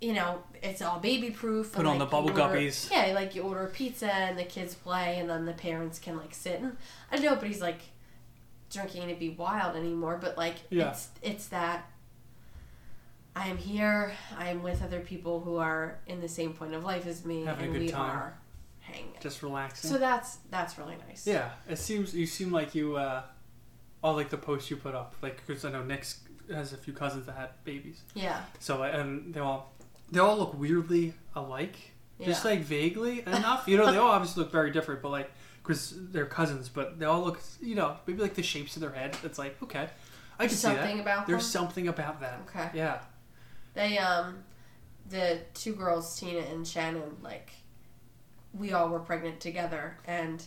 you know, it's all baby proof. Put on the bubble guppies. Yeah, like you order a pizza and the kids play and then the parents can like sit and I know nobody's like drinking to be wild anymore, but like Yeah. it's it's that I am here, I am with other people who are in the same point of life as me Having a and good we time. are hanging. out. just relaxing. So that's that's really nice. yeah, it seems you seem like you. uh all like the posts you put up, like because I know Nick's has a few cousins that had babies, Yeah. so I- and they all they all look weirdly alike, just Yeah. like vaguely enough. You know, they all obviously look very different, but like because they're cousins, but they all look you know maybe like the shapes of their head. It's like okay, I can see that. Something about There's them? something about that. Okay. Yeah. They um the two girls, Tina and Shannon, like we all were pregnant together and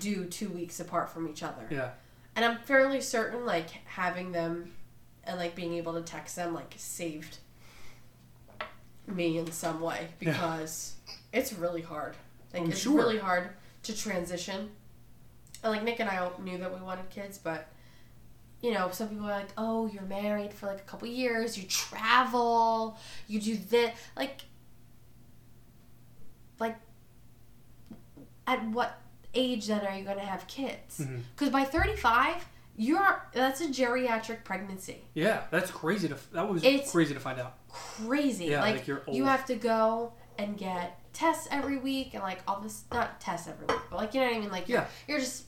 due two weeks apart from each other. Yeah. And I'm fairly certain like having them and like being able to text them like saved me in some way Yeah. because it's really hard. Like I'm it's sure. really hard to transition. And like Nick and I all knew that we wanted kids, but you know, some people are like, "Oh, you're married for like a couple years, you travel, you do this." Like like at what age then are you going to have kids? Mhm. Cuz by 35, you're that's a geriatric pregnancy. Yeah. That's crazy to. That was It's- crazy to find out. Crazy. Yeah, like, like you're you old. have to go and get tests every week and like all this not tests every week, but like you know what I mean? Like you're, Yeah. you're just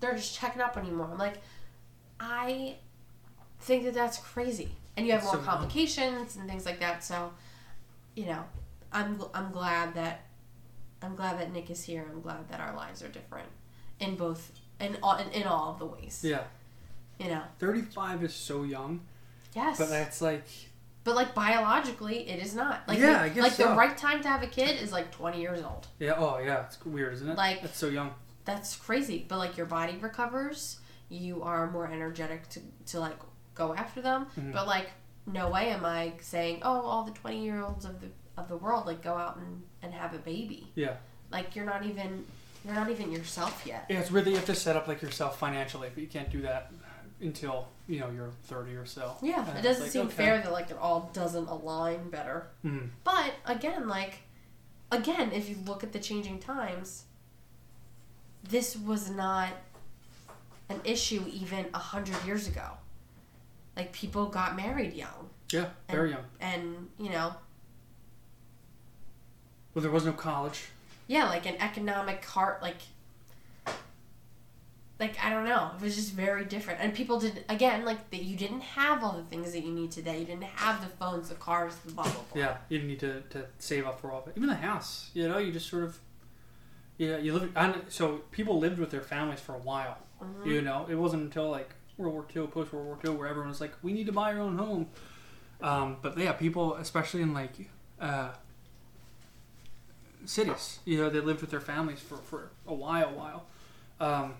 they're just checking up on you more. I'm like I think that that's crazy. And you have It's more so dumb. complications and things like that. So, you know, I'm gl- I'm glad that I'm glad that Nick is here. I'm glad that our lives are different in both in all in, in all of the ways. Yeah. You know. 35 is so young, Yes. but that's like But like biologically, it is not. Like Yeah, the- I guess like the so. right time to have a kid is like 20 years old. yeah, oh yeah, it's weird, isn't it? Like- that's so young. That's crazy. But like your body recovers, you are more energetic to to like go after them. Mhm. But like no way am I saying, "Oh, all the 20-year-olds of the of the world like go out and and have a baby." Yeah, Like you're not even you're not even yourself yet. yeah, it's weird that you have to set up like yourself financially, but you can't do that until you know you're 30 or so. Yeah, And it it's doesn't like, seem okay. fair that like it all doesn't align better. Mm. But again, like, again, if you look at the changing times, this was not an issue even a hundred years ago. Like people got married young, Yeah, very young. and you know, Well, there was no college. yeah, like an economic heart, like, like I don't know, it was just very different. And people did again, like that you didn't have all the things that you need today. You didn't have the phones, the cars, the blah blah blah. Yeah, you didn't need to, to save up for all of it. Even the house, you know, you just sort of yeah, you live. I, don't- so people lived with their families for a while. Mhm. You know, it wasn't until like World War II, post World War II, where everyone was like, "We need to buy our own home." Um, but yeah, people, especially in like uh, cities, you know, they lived with their families for, for a while, while um,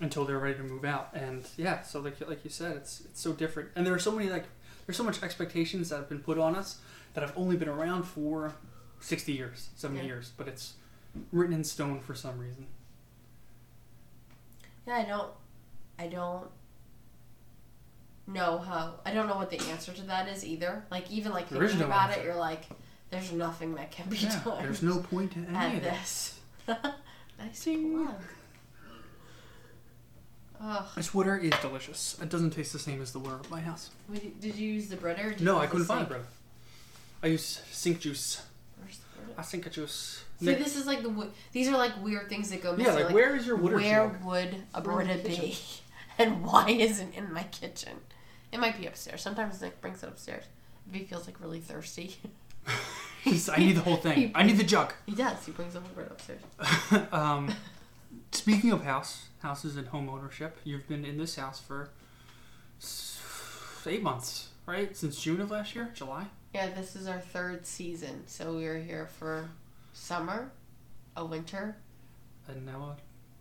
until they're ready to move out. And yeah, so like like you said, it's it's so different. And there are so many like there's so much expectations that have been put on us that have only been around for sixty years, seventy Yeah. years, but it's written in stone for some reason. Yeah, I don't. I don't know how. I don't know what the answer to that is either. Like even like There is thinking no about it, answer. you're like, there's nothing that can be Yeah, done there's no point to any at of it. this. nice Ding. plug. Ugh. This water is delicious. It doesn't taste the same as the water at my house. Would you- Did you use the Brita? Or did No, you I use couldn't the find it, sink? brother. I use sink juice. Where's the Brita? I think I juice. See, Nick- this is like the w- these are like weird things that go missing. yeah, like, where is your water where jug? would a Where in the Brita be, and why isn't it in my kitchen? It might be upstairs. Sometimes Nick brings it upstairs if he feels like really thirsty. He's- I need the whole thing. I need the jug. He does. He brings a whole Brita upstairs. um, speaking of house, houses and home ownership, you've been in this house for s- eight months, right? Since June of last year, July. Yeah, this is our third season, so we were here for summer, a winter, And now, uh,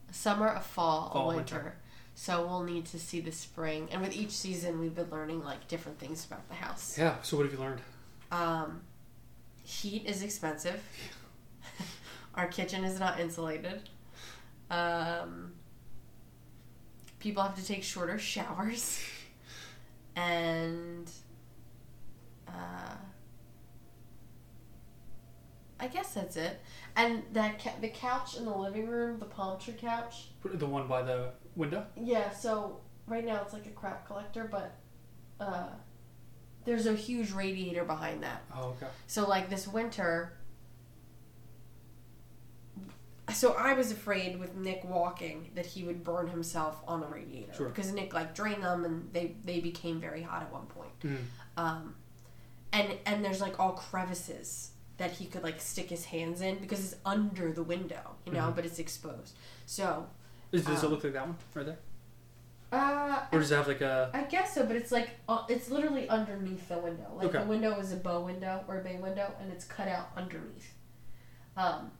a summer, a fall, Fall, a winter. winter. So we'll need to see the spring. And with each season, we've been learning like different things about the house. Yeah. So what have you learned? Um, heat is expensive. Our kitchen is not insulated. Um, people have to take shorter showers. And uh, I guess that's it. And that ca- the couch in the living room, the palm tree couch. The one by the window. Yeah, so right now it's like a crap collector, but uh, there's a huge radiator behind that. Oh, okay. So like this winter. So I was afraid with Nick walking that he would burn himself on the radiator Sure. because Nick like drained them and they they became very hot at one point. Mm. Um, and and there's like all crevices that he could like stick his hands in because it's under the window, you know, Mhm. but it's exposed. So Is, does it Um, look like that one right there? uh, Or does it have like a? I guess so, but it's like uh, it's literally underneath the window. Like Okay. the window is a bow window or a bay window, and it's cut out underneath. Um,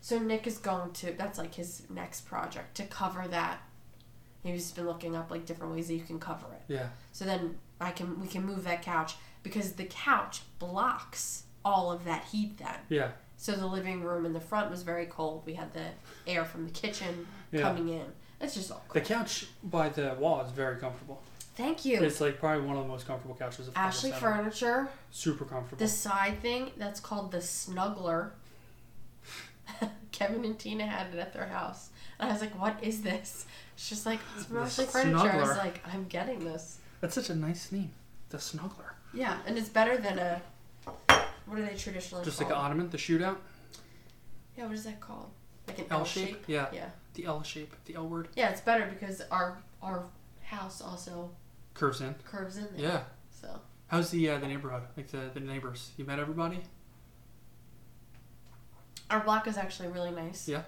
so Nick is going to that's like his next project to cover that. He's been looking up like different ways that you can cover it. Yeah. So then I can we can move that couch because the couch blocks all of that heat then. Yeah. So the living room in the front was very cold. We had the air from the kitchen Yeah. coming in. It's just all The cool. couch by the wall is very comfortable. Thank you. It's like probably one of the most comfortable couches I've ever Ashley sat on. Furniture. Super comfortable. The side thing that's called the snuggler. Kevin and Tina had it at their house, and I was like, "What is this?" She's like, "It's The mostly furniture." I was snuggler. like, "I'm getting this." That's such a nice name. The snuggler. Yeah, and it's better than a. What are they traditionally Just like called? an ottoman, the shootout, yeah, what is that called? Like an L shape. Yeah. Yeah, The L shape, the L word yeah, it's better because our our house also curves in. curves in there. Yeah. So How's the uh, the neighborhood? Like the, the neighbors? You met everybody? our block is actually really nice. Yeah.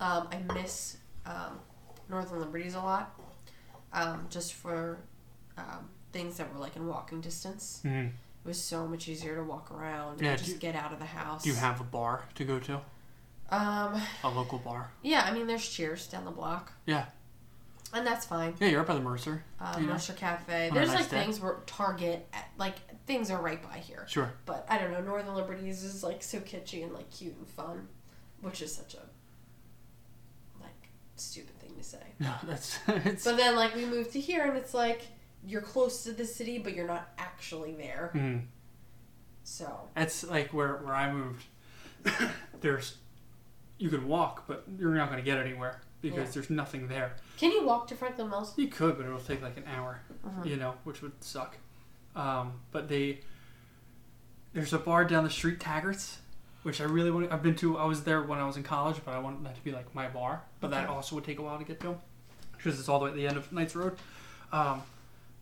Um, I miss um, Northern Liberties a lot, um, just for um, things that were like in walking distance. Mm. It was so much easier to walk around Yeah, and just do- get out of the house. Do you have a bar to go to? Um, A local bar? yeah, I mean, there's Cheers down the block. Yeah. And that's fine. Yeah, you're up by the Mercer. Uh, Yeah. Mercer Cafe. On a There's nice like day. things where Target, like things are right by here. Sure. But I don't know. Northern Liberties is like so kitschy and like cute and fun, which is such a like stupid thing to say. No, that's it's. But then like we moved to here and it's like you're close to the city but you're not actually there. Mm. So That's like where where I moved. there's, you can walk, but you're not going to get anywhere because Yeah. there's nothing there. can you walk to Franklin Mills? You could, but it'll take like an hour. Uh-huh. You know, which would suck. Um, but they, there's a bar down the street, Taggart's, which I really want. I've been to. I was there when I was in college, but I wanted that to be like my bar. But that Okay. also would take a while to get to, because it's all the way at the end of Knights Road. Um,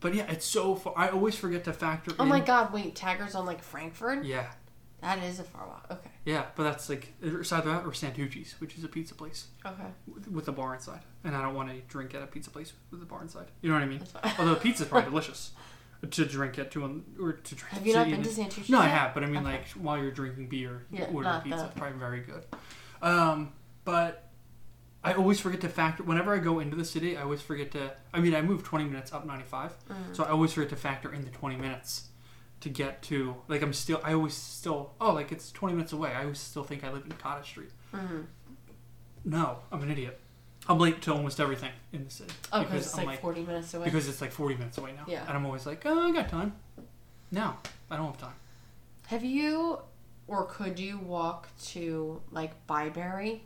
but yeah, it's so far. I always forget to factor. Oh in, my god, wait, Taggart's on like Frankfurt? Yeah. That is a far walk. Okay. Yeah, but that's like it's either that or Santucci's, which is a pizza place Okay. with, with a bar inside. And I don't want to drink at a pizza place with a bar inside. You know what I mean? That's fine. Although pizza's probably delicious to drink at to or to drink. Have you to not eat been it. to Santucci? No, I yet? have, but I mean, Okay. like while you're drinking beer, you Yeah, order not pizza. that. It's probably very good. Um, but I always forget to factor. Whenever I go into the city, I always forget to. I mean, I move 20 minutes up 95, Mm, so I always forget to factor in the 20 minutes to get to. Like I'm still. I always still. Oh, like it's 20 minutes away. I always still think I live in Cottage Street. Mhm. No, I'm an idiot. I'm late to almost everything in the city Oh, because it's like, 40 minutes away. because it's like 40 minutes away now. Yeah. And I'm always like, oh, I got time. No, I don't have time. Have you or could you walk to like Byberry?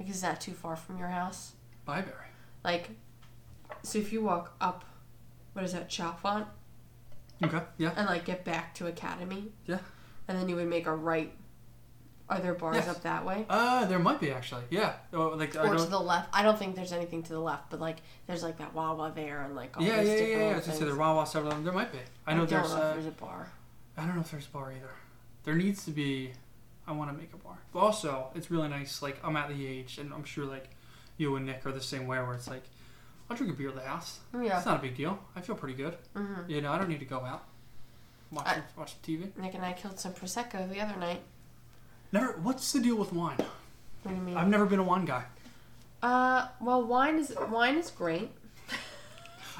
Like is that too far from your house? Bye, Barry. Like so if you walk up what is that, Chafont? Okay. Yeah. and like get back to Academy. Yeah. And then you would make a right. Are there bars Yes. up that way? Uh, there might be actually. Yeah. Oh, like I or to don't. the left? I don't think there's anything to the left, but like there's like that Wawa there and like all Yeah, yeah, those yeah, different yeah. little I was gonna say things. the Wawa several of them. There might be. I know don't there's. know if Uh, there's a bar. I don't know if there's a bar either. There needs to be. I want to make a bar. But also, it's really nice. Like I'm at the age, and I'm sure like you and Nick are the same way, where it's like, I'll drink a beer at the house. Oh, Yeah. It's not a big deal. I feel pretty good. hmm You know, I don't need to go out. Watch I- watch TV. Nick and I killed some prosecco the other night. Never. What's the deal with wine? What do you mean? I've never been a wine guy. Uh, well, wine is wine is great.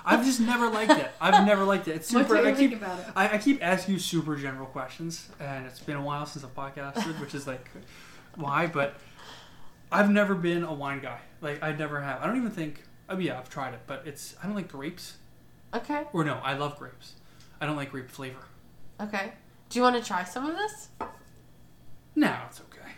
I've just never liked it. I've never liked it. It's What super. do you I think keep, about it? I, I keep asking you super general questions, and it's been a while since I've podcasted, which is like why, but I've never been a wine guy. Like, I never have. I don't even think, I mean, yeah, I've tried it, but it's, I don't like grapes. Okay. Or no, I love grapes. I don't like grape flavor. Okay. Do you want to try some of this? No, it's okay.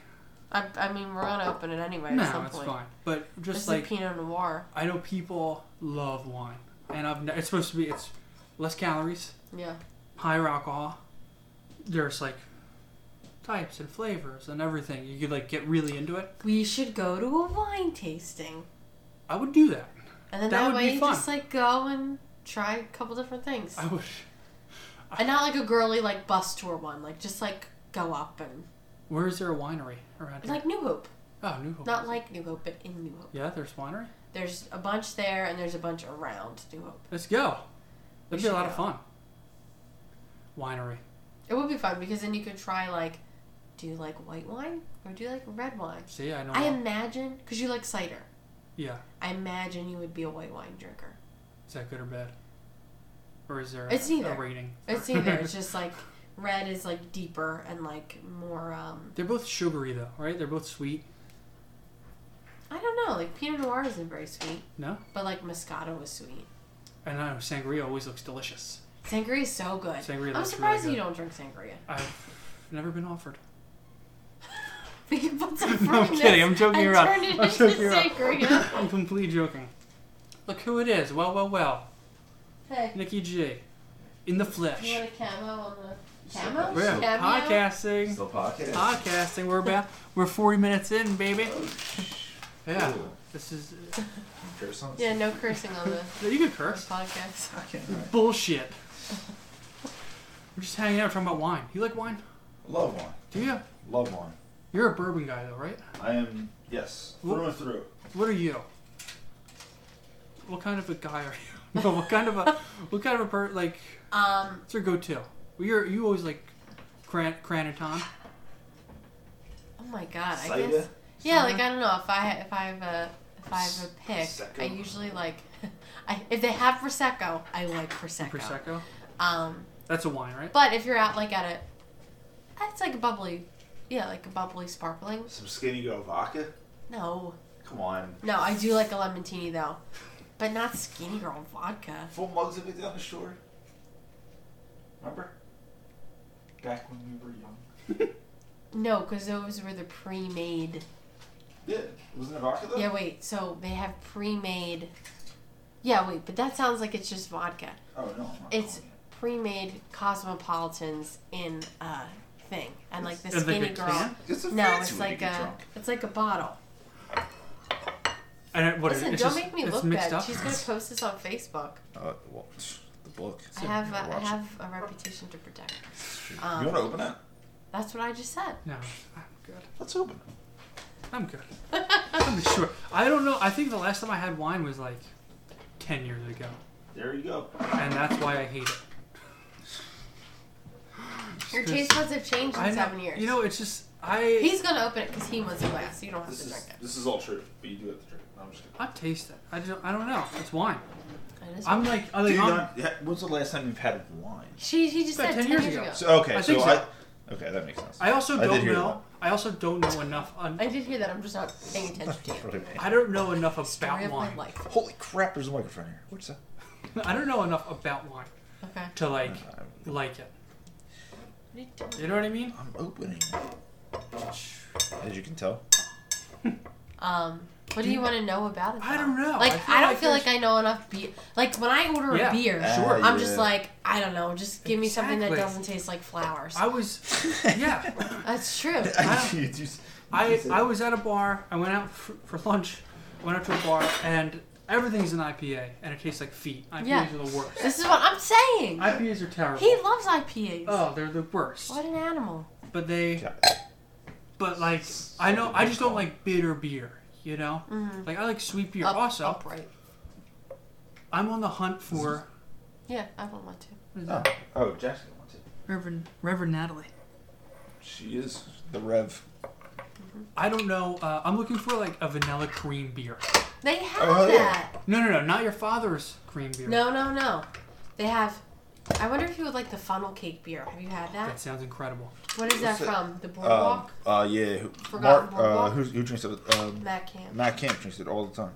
I, I mean, we're gonna open it anyway at no, some it's point. fine. But This just is like, a Pinot Noir. I know people love wine, and I've ne- it's supposed to be, it's less calories, Yeah. higher alcohol. There's like types and flavors and everything. You could like get really into it. We should go to a wine tasting, I would do that. and then That that, would be way you fun. just like go and try a couple different things, I wish. and not like a girly like bus tour one. Like just like go up and Where is there a winery around here? like New Hope, oh, New Hope. not like New Hope, but in New Hope. yeah, there's winery. There's a bunch there, and there's a bunch around New Hope. Let's go. That'd We be a should lot go. of fun. Winery. It would be fun because then you could try like, do you like white wine or do you like red wine? See, I know. I imagine because you like cider. yeah. I imagine you would be a white wine drinker. Is that good or bad? Or is there It's a, neither. a rating? It's either. it's just like red is like deeper and like more. um They're both sugary though, right? They're both sweet. I don't know. Like Pinot Noir isn't very sweet, No? but like Moscato was sweet. And I know sangria always looks delicious. Sangria is so good. Sangria I'm looks surprised really you don't drink sangria. I've never been offered. But you put some No, I'm fruit in kidding. this I'm joking and around. turned it I'm into joking around. sangria. I'm completely joking. Look who it is. Well, well, well. hey, Nikki G. In the you flesh. want a camo on the camo? We're Cameo? podcasting. Still podcast. Podcasting. We're about we're 40 minutes in, baby. Oh, Yeah. Cool. This is Curse on Yeah, no cursing on the you can curse. podcast. Okay. all right. Bullshit. We're just hanging out talking about wine. You like wine? Love wine. Do you? Love wine. You're a bourbon guy though, right? I am yes Whoop. through and through. What are you? What kind of a guy are you? No, what kind of a what kind of a per like Um, what's your go-to? Well, You're you always like cran cranaton. oh my god, I Cider? guess. Yeah, like I don't know if I if I have a if I have a pick, Prosecco? I usually like. I, if they have prosecco, I like prosecco. prosecco. Um, That's a wine, right? but if you're out like at a, it's like a bubbly, yeah, like a bubbly sparkling. Some skinny girl vodka. No, Come on. no, I do like a lemontini though, but not skinny girl vodka. Full mugs of it down the shore. Remember? Back when we were young. No, because those were the pre-made. Yeah. Wasn't it vodka though? Yeah, wait. So they have pre-made. Yeah, wait, but that sounds like it's just vodka. Oh no. I'm not It's calling pre-made cosmopolitans in a thing, and like the Is it like a skinny girl. can? it. It's a No, fancy it's one, you like uh, get a drunk. it's like a bottle. And it, what is it- Listen, it's don't just- make me it's look mixed bad. Up? She's gonna post this on Facebook. Uh, well, psh, the book. I have a, I have a reputation to protect. um, you want to open it? That's what I just said. No, I'm good. Let's open. it. I'm good. I'm sure. I don't know. I think the last time I had wine was like ten years ago, There you go. and that's why I hate it. Your Just- taste buds have changed in I know- seven years. You know, it's just I. He's gonna open it because he wants a glass. You don't have This to is drink this is all true, but you do have to drink. No, I'm just kidding. I taste it. I don't. I don't know. It's wine. it. It is- I'm like. I Do like you I'm, not, yeah, when's the last time you've had wine? she she just Yeah, said 10 ten years years ago. ago. So okay, I so, think so. I okay that makes sense. I also I did don't hear know. that. I also don't know enough. On, I did hear that. I'm just not paying attention to you. What do you mean? I don't know enough Story about of my wine. life. Holy crap! There's a microphone here. What's that? I don't know enough about wine Okay. to like I'm, like it. What are you doing? You know what I mean? I'm opening. As you can tell, Um, what do you want to know about it? I though? don't know. Like I I, feel don't like feel there's- like I know enough beer. Like when I order Yeah. a beer, Sure. I'm just Uh, yeah. like I don't know. Just give me something that Exactly. doesn't taste like flowers. I was. Yeah. That's true. I- You just- you I said- I was at a bar. I went out for, for lunch. Went out to a bar and everything's an IPA and it tastes like feet. IPAs Yeah. are the worst. This is what I'm saying. IPAs are terrible. He loves IPAs. oh, they're the worst. What an animal. But they. Yeah. But like I know I just don't like bitter beer. You know. Mhm. Like I like sweet beer. Up- also, upright. I'm on the hunt for. Yeah, I want one too. what is Oh, that? oh, Jackson wants it. Reverend Reverend Natalie. She is the Rev. I don't know. Uh, I'm looking for like a vanilla cream beer. They have Oh, yeah. that. No, no, no, not your father's cream beer. No, no, no. They have. I wonder if you would like the funnel cake beer. Have you had That that? sounds incredible. What is that What's it? from? The Um, Boardwalk? uh, yeah. who- Forgotten Mark, uh, Boardwalk? who's, who drinks it? Um, Matt Camp. Matt Camp drinks it all the time.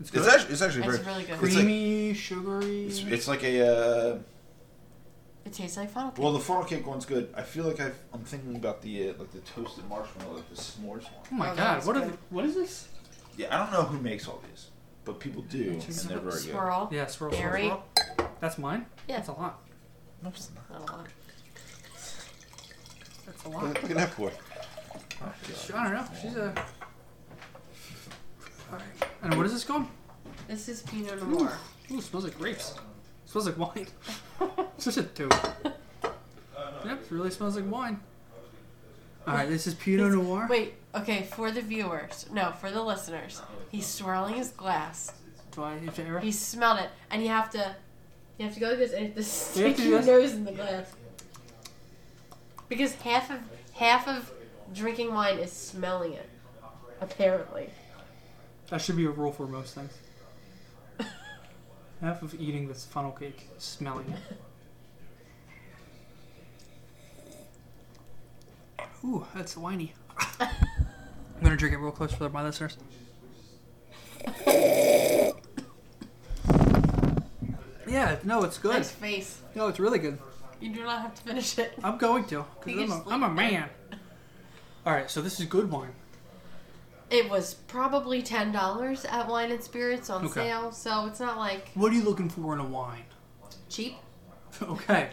It's good. It's actually, it's actually It's very really good. It's like, creamy, sugary. it's, it's like a. Uh, It tastes like funnel cake. well, the funnel cake one's good. I feel like I've, I'm thinking about the uh, like the toasted marshmallow, like the s'mores one. oh my Oh, that god, was what are good. the- what is this? Yeah, I don't know who makes all these, but people do, and Interesting. they're very good. Swirl. Yeah, swirl, swirl, Berry. swirl. That's mine. Yeah. that's a lot. No, it's not. Not a lot. That's a Look, lot. look at that boy. Oh, I don't know. She's a. All right. And what is this called? This is Pinot Noir. Ooh, smells like grapes. Smells like wine. Such a dope. Yep, it really smells like wine. All right, this is Pinot He's- Noir. Wait, okay, for the viewers. No, for the listeners. He's swirling his glass. Do I have to err? He smelled it, and you have to, you have to go like this and just You have stick to your just- nose in the glass. Because half of half of drinking wine is smelling it, apparently. That should be a rule for most things. Half of eating this funnel cake, is smelling it. Ooh, that's whiny. I'm gonna drink it real close for my listeners. Yeah, no, it's good. Nice face. No, it's really good. You do not have to finish it. I'm going to. You Because I'm, just a- I'm a look at it. man. Alright, so this is good wine. It was probably ten dollars at Wine and Spirits on Okay. sale, so it's not like What are you looking for in a wine? cheap, okay.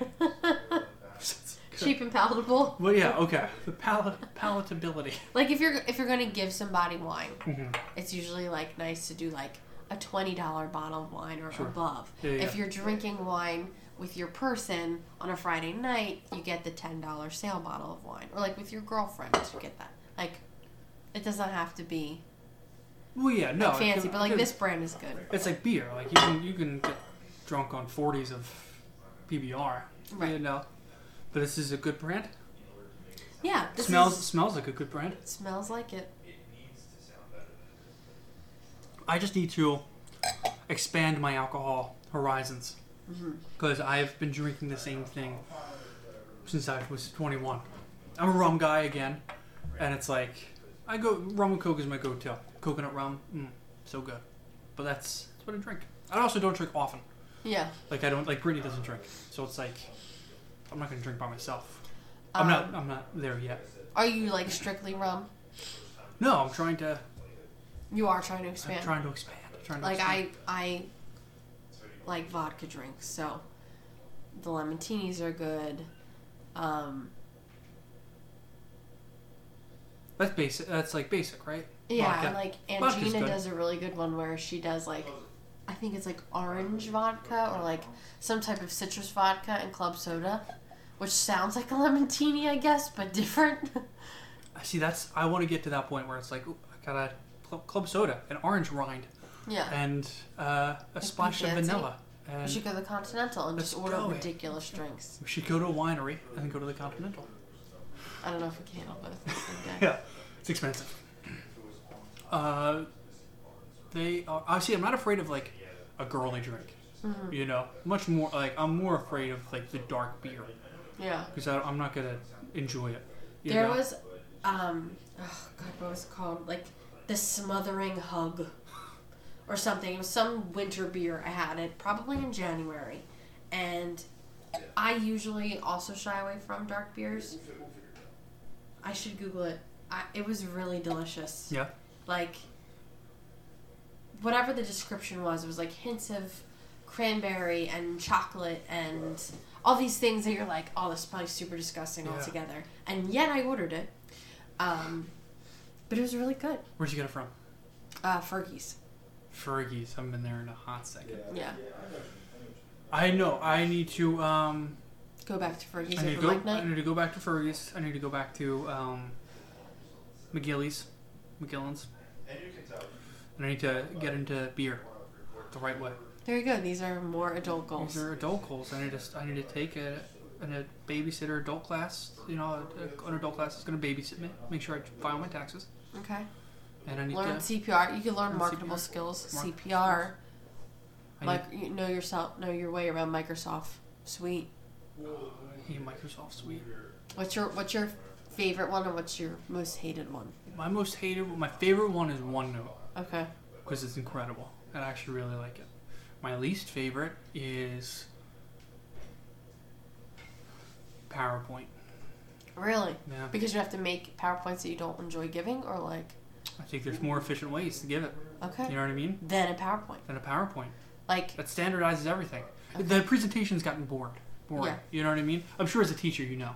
cheap and palatable. Well, yeah, okay. The pal- palatability. Like if you're if you're gonna give somebody wine, Mhm. it's usually like nice to do like a twenty dollar bottle of wine or above. Yeah, yeah. If you're drinking wine with your person on a Friday night, you get the ten dollar sale bottle of wine, or like with your girlfriend, you get that. Like, it doesn't have to be Well, yeah, no. it fancy, can- but like it- this brand is good. It's like beer. Like you can you can get drunk on 40s of PBR. You Right. know. But this is a good brand. Yeah, this smells is- smells like a good brand. smells like it. I just need to expand my alcohol horizons Mm-hmm. because I've been drinking the same thing since I was 21. I'm a rum guy again, and it's like I go rum and coke is my go-to. Coconut rum, mm, so good. But that's that's what I drink. I also don't drink often. Yeah, Like I don't like Brittany doesn't drink, so it's like I'm not gonna drink by myself. I'm Um, not I'm not there yet. are you like strictly rum? No, I'm trying to You are trying to I'm expand. trying to expand. Trying to like expand. I I like vodka drinks, so the lemontinis are good. Um, that's basic. That's like basic, right? yeah, Vodka. and, like Vodka's Angina good. does a really good one where she does like I think it's like orange vodka or like some type of citrus vodka and club soda, which sounds like a lemontini, I guess, but different. See, that's I want to get to that point where it's like ooh, I got a cl- club soda, an orange rind, yeah, and uh, a splash of fancy. vanilla. And we should go to the Continental and just Let's order go. ridiculous drinks. we should go to a winery and then go to the Continental. I don't know if we can handle both. Okay. Yeah, it's expensive. Uh, they are, I see. I'm not afraid of like a girly drink. Mm-hmm. You know, much more like I'm more afraid of like the dark beer yeah. because I'm not gonna enjoy it. you There know? was, um, oh God, what was it called? Like the smothering hug, or something. It was some winter beer. I had it probably in January, and I usually also shy away from dark beers. I should Google it. I, it was really delicious yeah. like whatever the description was, it was like hints of cranberry and chocolate and all these things that you're like, oh, this is probably super disgusting Yeah. altogether. And yet I ordered it, um, but it was really good. Where'd you get it from? Uh, Fergie's, Fergie's. I've been there in a hot second. yeah. I know. I need to. um... Go back to Fergie's I need, to over go, like I night. need to go back to Fergus. I need to go back to um, McGilly's, McGillan's. And I need to get into beer the right way. There you go. These are more adult goals. These are adult goals. I need to. I need to take a, an, a babysitter adult class. You know, a, a, an adult class is going to babysit me, make sure I file my taxes, Okay. and I need to. Learn CPR. You can learn Learn marketable CPR. skills. Marketable CPR. I Like you know yourself, know your way around Microsoft Suite. need hey, Microsoft Suite. What's your What's your favorite one and what's your most hated one? My most hated, my favorite one is OneNote Okay. because it's incredible. I actually really like it. My least favorite is PowerPoint. Really? Yeah, Because you have to make PowerPoints that you don't enjoy giving, or like I think there's more efficient ways to give it. okay, You know what I mean? then a PowerPoint. Than a PowerPoint. Like That standardizes everything. The presentation's gotten bored. Boring. Yeah. You know what I mean? I'm sure as a teacher you know.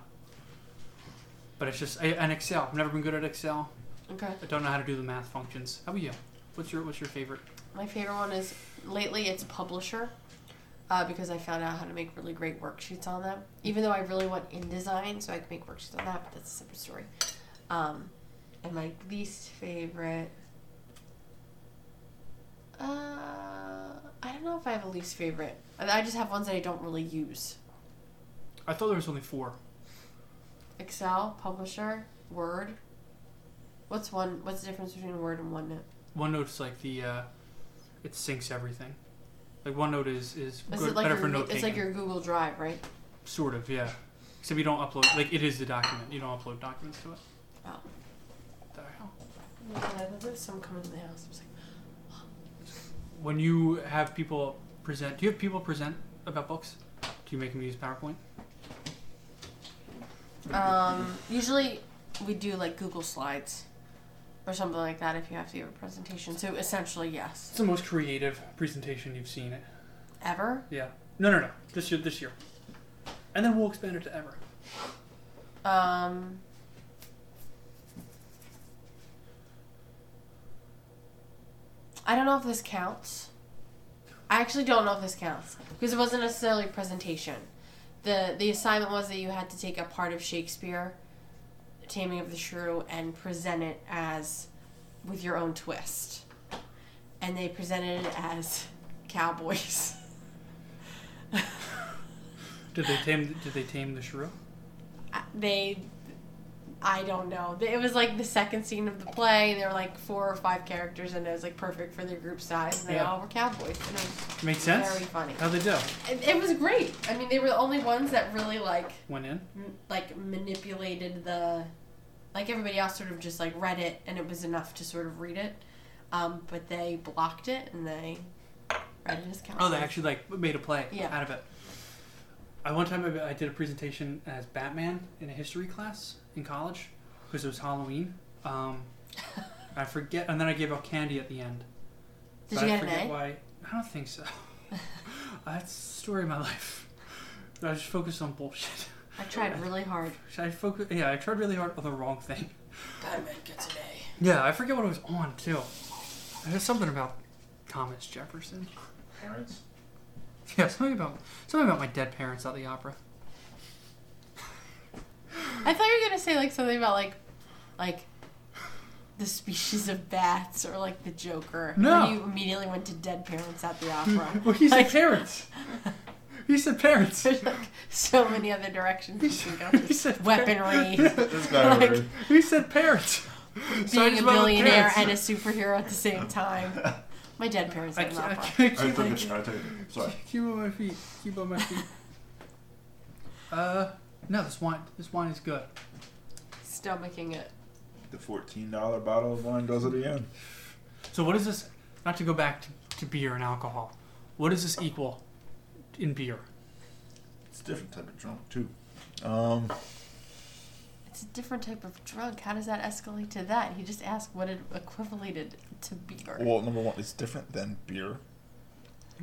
But it's just I, and Excel. I've never been good at Excel. okay, I don't know how to do the math functions. How about you? What's your what's your favorite? my favorite one is lately it's Publisher, uh, because I found out how to make really great worksheets on them. Even though I really want InDesign, so I can make worksheets on that, but that's a separate story. Um, and my least favorite. Uh, I don't know if I have a least favorite. I I just have ones that I don't really use. I thought there was only four. Excel, Publisher, Word. What's one? What's the difference between Word and OneNote? OneNote's like the uh, it syncs everything. Like OneNote is is Is good, it like better your, for note It's taking. like your Google Drive, right? Sort of, yeah. Except you don't upload like it is the document. You don't upload documents to it. Oh. What the hell? Yeah, there was some coming to the house. I was like, When you have people present, do you have people present about books? Do you make them use PowerPoint? um, usually we do like Google Slides or something like that if you have to give a presentation. So essentially, yes. It's the most creative presentation you've seen. It. Ever? Yeah. No, no, no. This year, this year. And then we'll expand it to ever. Um, I don't know if this counts. I actually don't know if this counts because it wasn't necessarily a presentation. the The assignment was that you had to take a part of Shakespeare, Taming of the Shrew, and present it as with your own twist. And they presented it as cowboys. Did they tame? Did they tame the shrew? I- they I don't know. It was like the second scene of the play, and there were like four or five characters, and it was like perfect for their group size, and they Yeah. all were cowboys. And it was Makes sense. very funny. How they do? It, it was great. I mean, they were the only ones that really like Went in. m- like manipulated the like everybody else sort of just like read it, and it was enough to sort of read it. Um, but they blocked it and they read it as cowboys. Oh, they actually like made a play Yeah. out of it. I one time I I did a presentation as Batman in a history class in college because it was Halloween. Um, I forget, and then I gave out candy at the end. Did but you I get an forget A? Why? I don't think so. That's the story of my life. I was focused on bullshit. I tried really hard. Should I focus? Yeah, I tried really hard on the wrong thing. Batman gets an A. Yeah, I forget what I was on too. There's something about Thomas Jefferson. Parents. Yeah, something about something about my dead parents at the opera. I thought you were gonna say like something about like, like, the species of bats or like the Joker. And No. then you immediately went to Dead Parents at the Opera. Well, he said Like- parents. He said parents. There's like so many other directions you can go. He said Weaponry, This guy Like- over here. He said parents. So I being just a went with billionaire parents. and a superhero at the same time. My Dead Parents I at an can't, I opera. can't I took keep, a my, picture. I took a picture. Sorry. keep on my feet. Keep on my feet. Uh, no, this wine. This wine is good. Stomaching it. The $14 bottle of wine does it again. So what is this? Not to go back to, to beer and alcohol. What does this equal in beer? It's a different type of drunk, too. Um, It's a different type of drug. How does that escalate to that? He just asked what it equivalated to beer. well, number one, it's different than beer,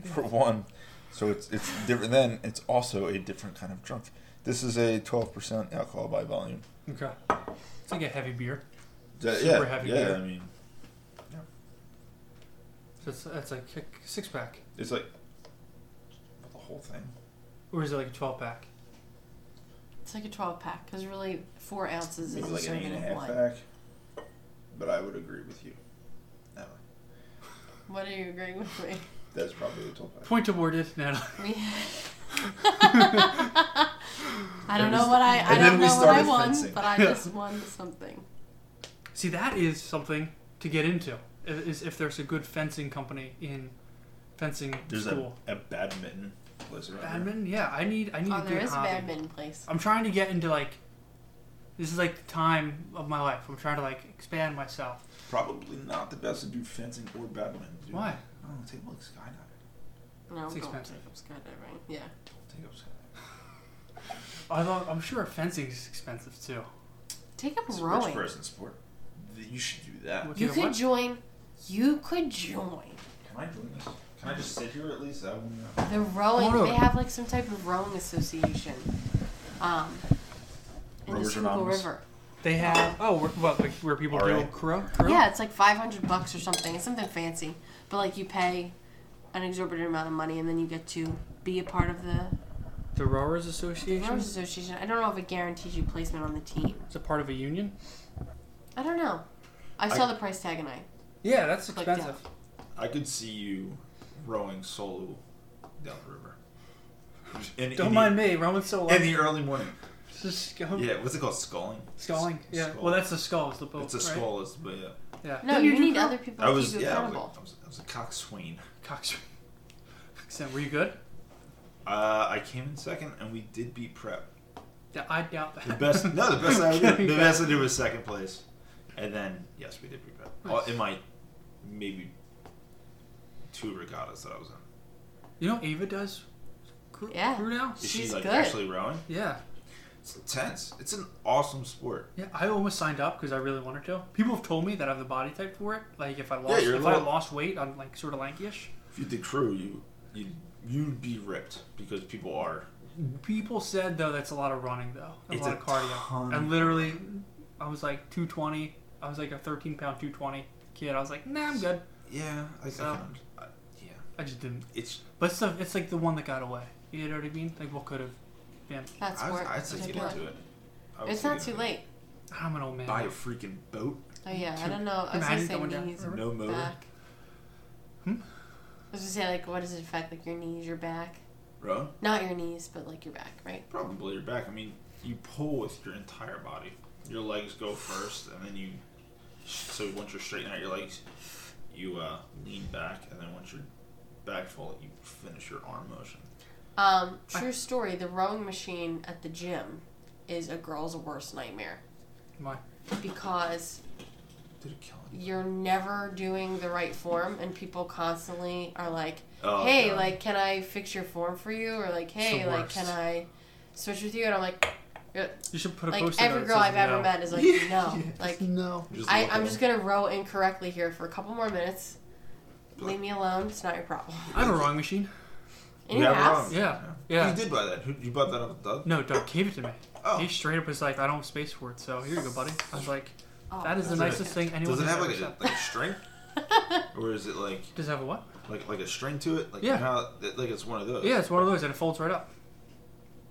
for one. So it's, it's different than, it's also a different kind of drunk. This is a 12% alcohol by volume. Okay. It's like a heavy beer. Yeah, Super yeah, heavy yeah, beer. I mean, So it's, that's like a six pack, it's like the whole thing. or is it like a twelve pack? It's like a 12 pack, because really, four ounces Maybe is like a an eight serving and a of half one. pack. But I would agree with you. No, What are you agreeing with me? that's probably a twelve pack. Point awarded, Natalie. We I don't It was- know what I. I and then don't we know what I started won, fencing. but I just won something. See, that is something to get into. i- Is if there's a good fencing company in fencing There's school. a, a badminton place around here. badminton, yeah. I need I need a Oh, good there is a hobby. badminton place. I'm trying to get into like. This is like the time of my life. I'm trying to like expand myself. Probably not the best to do fencing or badminton. Dude. Why? Oh, take a look at skydiving. No, It's don't expensive. take up skydiving. Yeah. Take up skydiving. Although I'm sure fencing is expensive too. Take up It's a rich rowing. person sport. Th- You should do that. What- You Yeah, could what? join. You could join Can I join this? Can I just sit here at least? I wouldn't know. the rowing. Hold on. They have like some type of rowing association. Um. In the Rowers Schuylkill Anonymous? River. They have oh, where, what like where people RA. do crow, crow? Yeah, it's like five hundred bucks or something. It's something fancy, but like you pay an exorbitant amount of money, and then you get to be a part of the The rowers association. Rowers Association. I don't know if it guarantees you placement on the team. It's a part of a union. I don't know. I saw the price tag and I Yeah, that's Clicked out. expensive. I could see you rowing solo down the river. In, Don't in mind me. Roman's so The, long. in the early morning. Just Yeah, what's it called? Sculling. Sculling. S- Yeah. skull. Well, that's the skull. It's the boat. It's a right? skull, is- but yeah. Yeah. No, Didn't you, do need crow? other people I to was keep you yeah, I was, a, accountable. I, was, I was a coxswain. Cox. Sam, were you good? Uh, I came in second, and we did beat prep. Yeah, I doubt that. The best, no, the best I ever Kidding. did. The best I did was second place, and then yes, we did beat prep. Oh, Nice. in my maybe two regattas that I was in. You know, Ava does. Cr- Yeah. Crew now. Is She's she like good. actually rowing? Yeah. It's intense. It's an awesome sport. Yeah. I almost signed up because I really wanted to. People have told me that I have the body type for it. Like if I lost, you're a if I little- lost weight, I'm like sort of lankyish. If you did crew, you you you'd be ripped because people are. People said though that's a lot of running though, a It's lot a of cardio. ton. And literally, I was like 220. I was like a 13 pound 220 kid. I was like, nah, I'm good. Yeah, I, So- I kind of, I, uh, yeah. I just didn't. It's But it's, the, it's like the one that got away. You know what I mean? Like what could have been. That's I, work. I'd say Take get work. into it. I would It's say not get too into it. late. I'm an old man. Buy a freaking boat. Oh yeah, I Too- don't know. I was imagine just saying going down knees the and river. No motor. back. Hmm? I was just saying like, what does it affect? Like your knees, your back. Rowan? Not your knees, but like your back, right? Probably your back. I mean, you pull with your entire body. Your legs go first, and then you. So once you're straighten out your legs, you uh, lean back, and then once you're back full, you finish your arm motion. Um, true story. The rowing machine at the gym is a girl's worst nightmare Why? because Did it kill you? you're never doing the right form, and people constantly are like, Oh, hey, God. like, can I fix your form for you? Or like, It's the hey, like, worst. can I switch with you? And I'm like, You should put a like post. every girl I've ever met is like, no, like, no. Just I, look at I'm just them. gonna row incorrectly here for a couple more minutes. But- Leave me alone. It's not your problem. I have a rowing machine. In You your have a house, rowing- Yeah. Yeah. Yeah. You did buy that. Who, you bought that off the dub? No, Doug gave it to me. Oh. He straight up was like, I don't have space for it, so here you go, buddy. I was like, Oh, that is the Does it- nicest thing anyone Does it has have ever like a, said. like a string, or is it like Does it have a what? like like a string to it? Like Yeah. How, like it's one of those. Yeah, it's one of those, and it folds right up.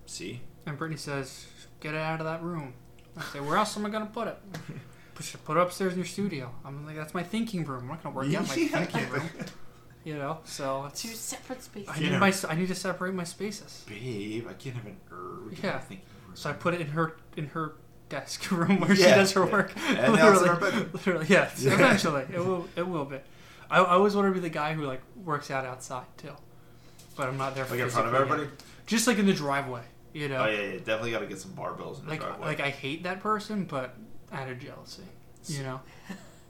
See. And Brittany says, "Get it out of that room." I say, "Where else am I gonna put it?" Push it, put it upstairs in your studio. I'm like, "That's my thinking room. I'm not gonna work out in my thinking room." You know, so two it's, separate spaces. I You need know. my I need to separate my spaces. Babe, I can't have an herb. Yeah. Thinking So I put it in her in her desk room where she Yeah, does her yeah. work. And now it's in her bedroom. literally, yes. Yeah. Eventually, it will it will be. I, I always want to be the guy who like works out outside too, but I'm not there. like in front physically of yet. everybody. Just like in the driveway, you know. Oh yeah, yeah, definitely got to get some barbells in the Like driveway. like I hate that person, but out of jealousy, you know.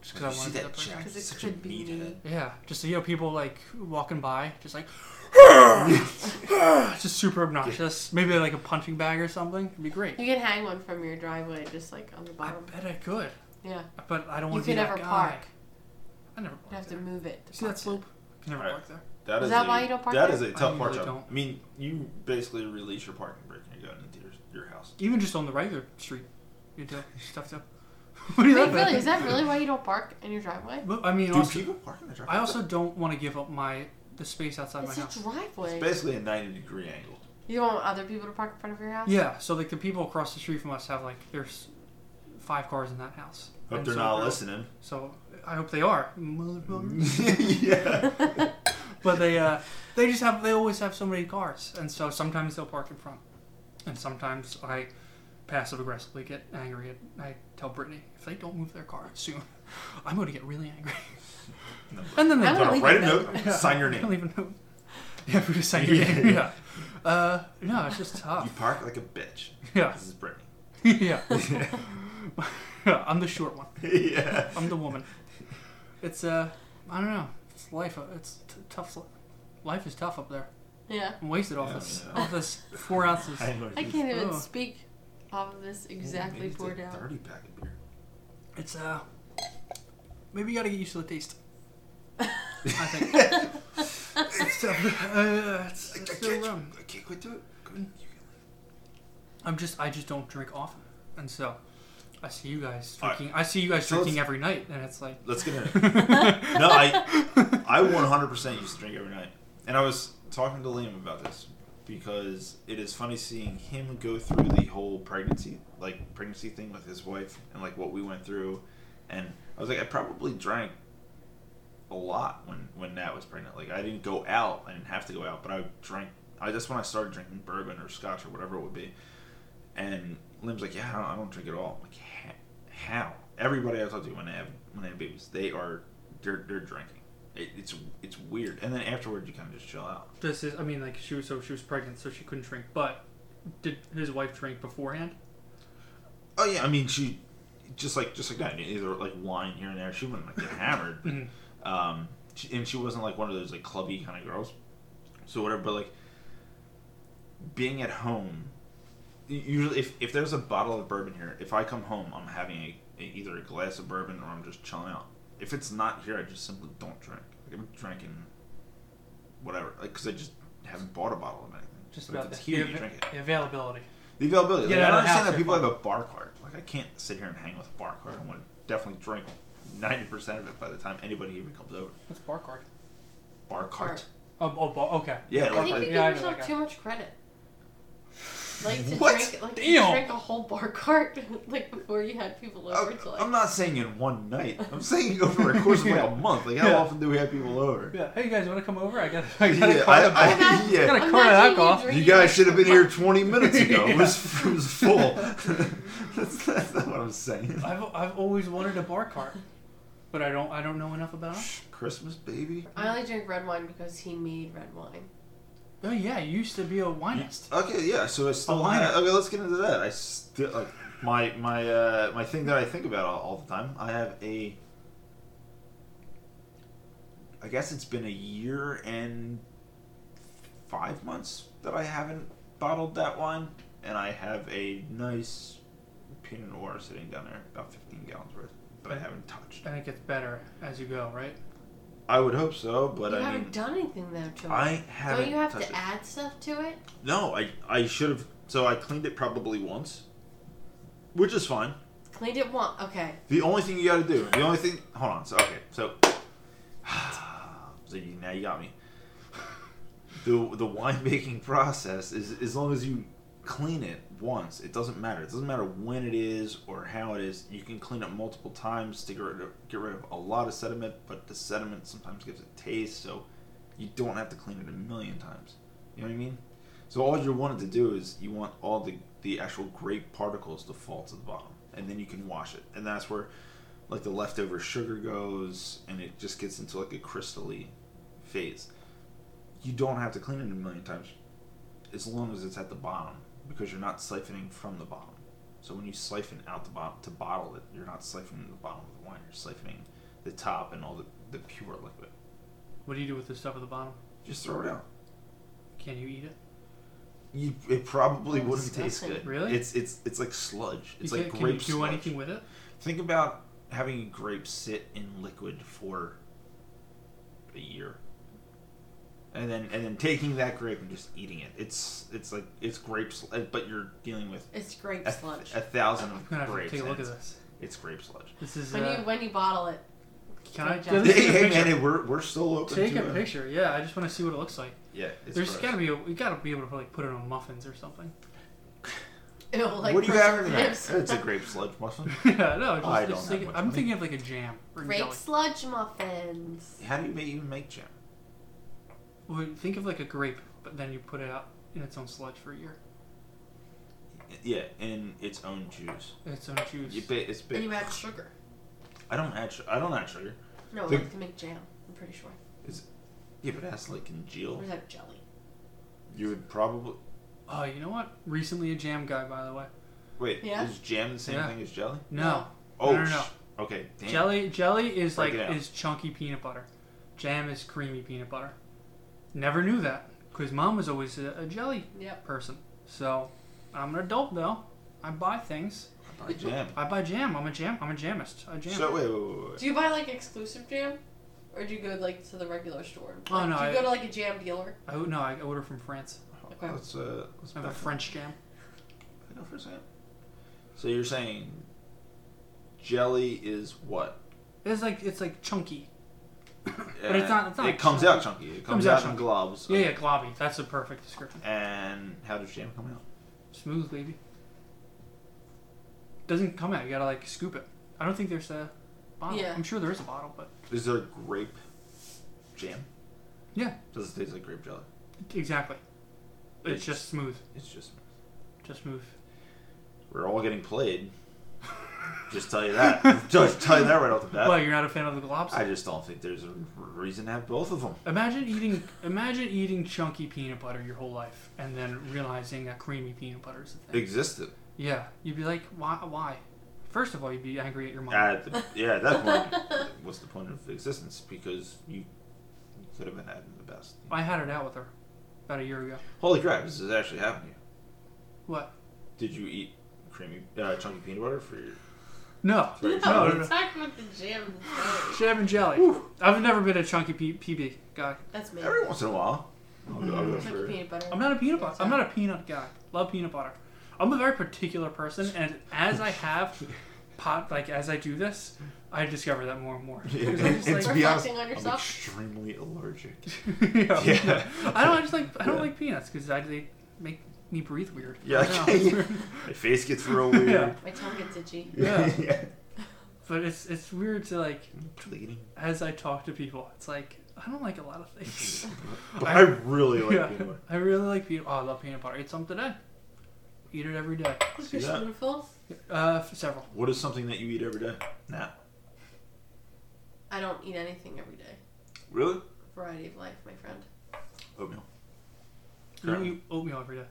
Just Like, because I you wanted see that that person. jack? 'Cause it Such a could be meathead. Yeah, just you know, people like walking by, just like, just super obnoxious. Maybe like a punching bag or something. It'd be great. You can hang one from your driveway, just like on the I bottom. bet I could, Yeah, but I don't you want to be can that never guy. park. I never You park have to there. move it. to See park that slope? I can never park Alright. there. That Is is, that a, why you don't park That there? is a tough I part really job. don't. I mean, you basically release your parking brake and you're going into your, your house. Even just on the regular street, you do stuff too. what do it. you Wait, laughing really? at? Is that really why you don't park in your driveway? But, I mean, Do also, people park in the driveway? I also don't want to give up my the space outside It's my a house. driveway. It's basically a 90 degree angle. You don't want other people to park in front of your house? Yeah, so like the people across the street from us have like there's five cars in that house. Hope And they're so not we're- listening. So I hope they are, motherfucker. yeah. but they uh, they just have they always have so many cars, and so sometimes they'll park in front. and sometimes I passive aggressively get angry. At, I tell Brittany if they don't move their car soon, I'm going to get really angry. No, And then they I don't. don't leave write a it note. Yeah. Sign your I don't name. even know. Yeah, we just sign your name. Yeah. Uh, no, it's just You tough. park like a bitch. Yeah. This is Brittany. yeah. yeah. I'm the short one. yeah. I'm the woman. It's uh, I don't know. It's life. uh, It's t- tough. li- Life is tough up there. Yeah. I'm wasted off Yeah, this. yeah. Off this four ounces. I know. I can't even Oh. speak off of this exactly poured out. Thirty pack of beer. It's uh, maybe you gotta get used to the taste. I think. it's tough. Uh, it's, I, I it's can't. still rum. I can't quit do it. Go ahead. You can- I'm just I just don't drink often, and so I see you guys All right. drinking. I see you guys So let's- drinking every night, and it's like Let's get into it. no, I I 100% used to drink every night. And I was talking to Liam about this because it is funny seeing him go through the whole pregnancy, like pregnancy thing with his wife and like what we went through. And I was like, I probably drank a lot when when Nat was pregnant. Like I didn't go out, I didn't have to go out, but I drank. I that's when I started drinking bourbon or scotch or whatever it would be. And Lim's like, yeah, I don't, I don't drink at all. I'm like, "Ha- how? Everybody I talk to when they have when they have babies, they are they're they're drinking. It, it's it's weird. And then afterward, you kind of just chill out. this is. I mean, like she was so she was pregnant, so she couldn't drink. But did his wife drink beforehand? Oh yeah, I mean she, just like just like that, either like wine here and there. She wouldn't like get hammered, Mhm. but, um, she, and she wasn't like one of those like clubby kind of girls. So whatever, but like being at home, u- usually if if there's a bottle of bourbon here, if I come home, I'm having a, a either a glass of bourbon or I'm just chilling out. If it's not here, I just simply don't drink. Like, I'm drinking whatever, like because I just haven't bought a bottle of anything. Just But if about it's the- here, the you ava- drink it. the availability. The availability. Like, Yeah, I don't I don't have understand that to. people have a bar card. Like I can't sit here and hang with a bar card. I'm gonna definitely drink ninety percent of it by the time anybody even comes over. What's bar card? Bar cart. Bar- Oh, oh, bar, okay. Yeah, I like think you like- give Yeah, I know yourself that guy. too much credit. Like to What? drink, like Damn. to drink a whole bar cart, like before you had people over I'm- to like. Oh, I'm not saying in one night. I'm saying over a course of like a month. Like how Yeah. often do we have people over? Yeah. Hey, you guys want to come over? I got. I got Yeah, a card. I- of- Imagine- yeah. I got a imagine card of alcohol. drinking You guys like should have been a here month. 20 minutes ago. It, was, Yeah. it was full. that's, that's not what I'm saying. I've I've always wanted a bar cart, but I don't I don't know enough about it. Christmas, baby. I only drink red wine because he made red wine. Oh yeah, you used to be a wineist. Okay, yeah. So I still liner. have, okay. Let's get into that. I still like my my uh, my thing that I think about all, all the time. I have a. I guess it's been a year and five months that I haven't bottled that wine, and I have a nice Pinot Noir sitting down there, about fifteen gallons worth, that I haven't touched. And it gets better as you go, right? I would hope so, but you I haven't mean, done anything though to it. I haven't. Don't you have touched to it. add stuff to it? No, I I should have. So I cleaned it probably once, which is fine. Cleaned it once. Okay. The only thing you got to do, the only thing. Hold on. So okay, so so you, now you got me. The the winemaking process is as long as you clean it once, it doesn't matter. It doesn't matter when it is or how it is. You can clean it multiple times to get rid of, get rid of a lot of sediment, but the sediment sometimes gives a taste, so you don't have to clean it a million times. You know what I mean? So all you wanted to do is you want all the the actual grape particles to fall to the bottom, and then you can wash it, and that's where like the leftover sugar goes, and it just gets into like a crystally phase. You don't have to clean it a million times, as long as it's at the bottom, because you're not siphoning from the bottom. So when you siphon out the bottom to bottle it, you're not siphoning the bottom of the wine. You're siphoning the top and all the, the pure liquid. What do you do with the stuff at the bottom? Just throw it out. Can you eat it? You, it probably That's wouldn't taste disgusting. good. Really? It's it's it's like sludge. It's you like can't- grape Can you do sludge. anything with it? Think about having a grape sit in liquid for a year. And then and then taking that grape and just eating it. It's it's like it's grapes uh, but you're dealing with It's grape a, sludge. a thousand I'm of gonna have to grapes. take a and look at it's, this. it's grape sludge. This is. when you Uh, when you bottle it. can I? Take Let me Hey, see the hey picture. man, hey, we're we're still open Take to a uh, picture. Yeah, I just want to see what it looks like. Yeah, it's There's gross. gotta be. A, we gotta be able to like put it on muffins or something. Ew, like What do you have in that? preservatives. It's a grape sludge muffin. yeah, no. Just, I don't just have thinking, much I'm money. thinking of like a jam or Grape jelly. sludge muffins. How do you make, even make jam? Well, think of like a grape, but then you put it out in its own sludge for a year. yeah, in its own juice. It's own juice. You ba- it's ba- And you add sugar. I don't add. Su- I don't add sugar. No, The- like to make jam. I'm pretty sure. Yeah, but that's like in Or Jill. is that jelly? You would probably Oh, you know what? Recently a jam guy, by the way. wait. Yeah. Is jam the same Yeah. thing as jelly? No, Oh no, no. sh- okay. Damn. jelly jelly is Break it like out. is chunky peanut butter. Jam is creamy peanut butter. Never knew that because mom was always a, a jelly Yep. person. So I'm an adult now. I buy things. I buy jam. I buy jam. I'm a jam. I'm a jamist. I jam. So wait, wait, wait, wait. Do you buy like exclusive jam? Or do you go like to the regular store? Oh, Like, no, Do you I- go to like a jam dealer? I, no, I order from France. Okay. Let's uh, let's I have a back French jam. up. Go for a second. So you're saying jelly is what? It's like it's like chunky. But it's not- it's not it comes chunky. out chunky. It comes, out, in chunky. globs. Yeah, yeah, globby. That's a perfect description. And how does jam come out? Smooth, baby. Doesn't come out. You gotta like scoop it. I don't think there's a bottle. Yeah. I'm sure there is a bottle, but Is there grape jam? Yeah. Does it taste like grape jelly? exactly. It's It's- just smooth. It's just Just smooth. we're all getting played. just tell you that. just tell you that right off the bat. well, you're not a fan of the globs. I just don't think there's a r- reason to have both of them. imagine eating imagine eating chunky peanut butter your whole life and then realizing that creamy peanut butter is the thing. Existed. Yeah, you'd be like, why? Why? First of all, you'd be angry at your mom. At the, yeah, at that point, what's the point of existence? Because you, you could have been having the best. I had it out with her about a year ago. Holy crap! This is actually happening. What? Did you eat creamy uh, chunky peanut butter for your? No, Sorry. no, no, we're no. talking about the jam. and jelly. Jam and jelly. I've never been a chunky P- PB guy. That's me. Every once in a while, I'll go, I'll go It's like for. peanut butter. I'm not a peanut butter. I'm not a peanut guy. Love peanut butter. I'm a very particular person, and as I have pot, like as I do this, I discover that more and more. Yeah, Because I'm just and like- to be honest, Reflecting on I'm yourself? extremely allergic. yeah. Yeah. I don't. I just like. I don't Yeah. like peanuts because I they make me breathe weird. Yeah, I don't I can't- know. My face gets real weird. Yeah. My tongue gets itchy. Yeah. but it's it's weird to like Bleeding. as I talk to people, it's like I don't like a lot of things. But I- I really like yeah. peanut butter. I really like peanut. Oh, I love peanut butter. Eat some today. Eat it every day. Is See your that? spoonful? Uh, f- several. What is something that you eat every day? Nah. I don't eat anything every day. Really? Variety of life, my friend. Oatmeal. You Correct. eat oatmeal every day.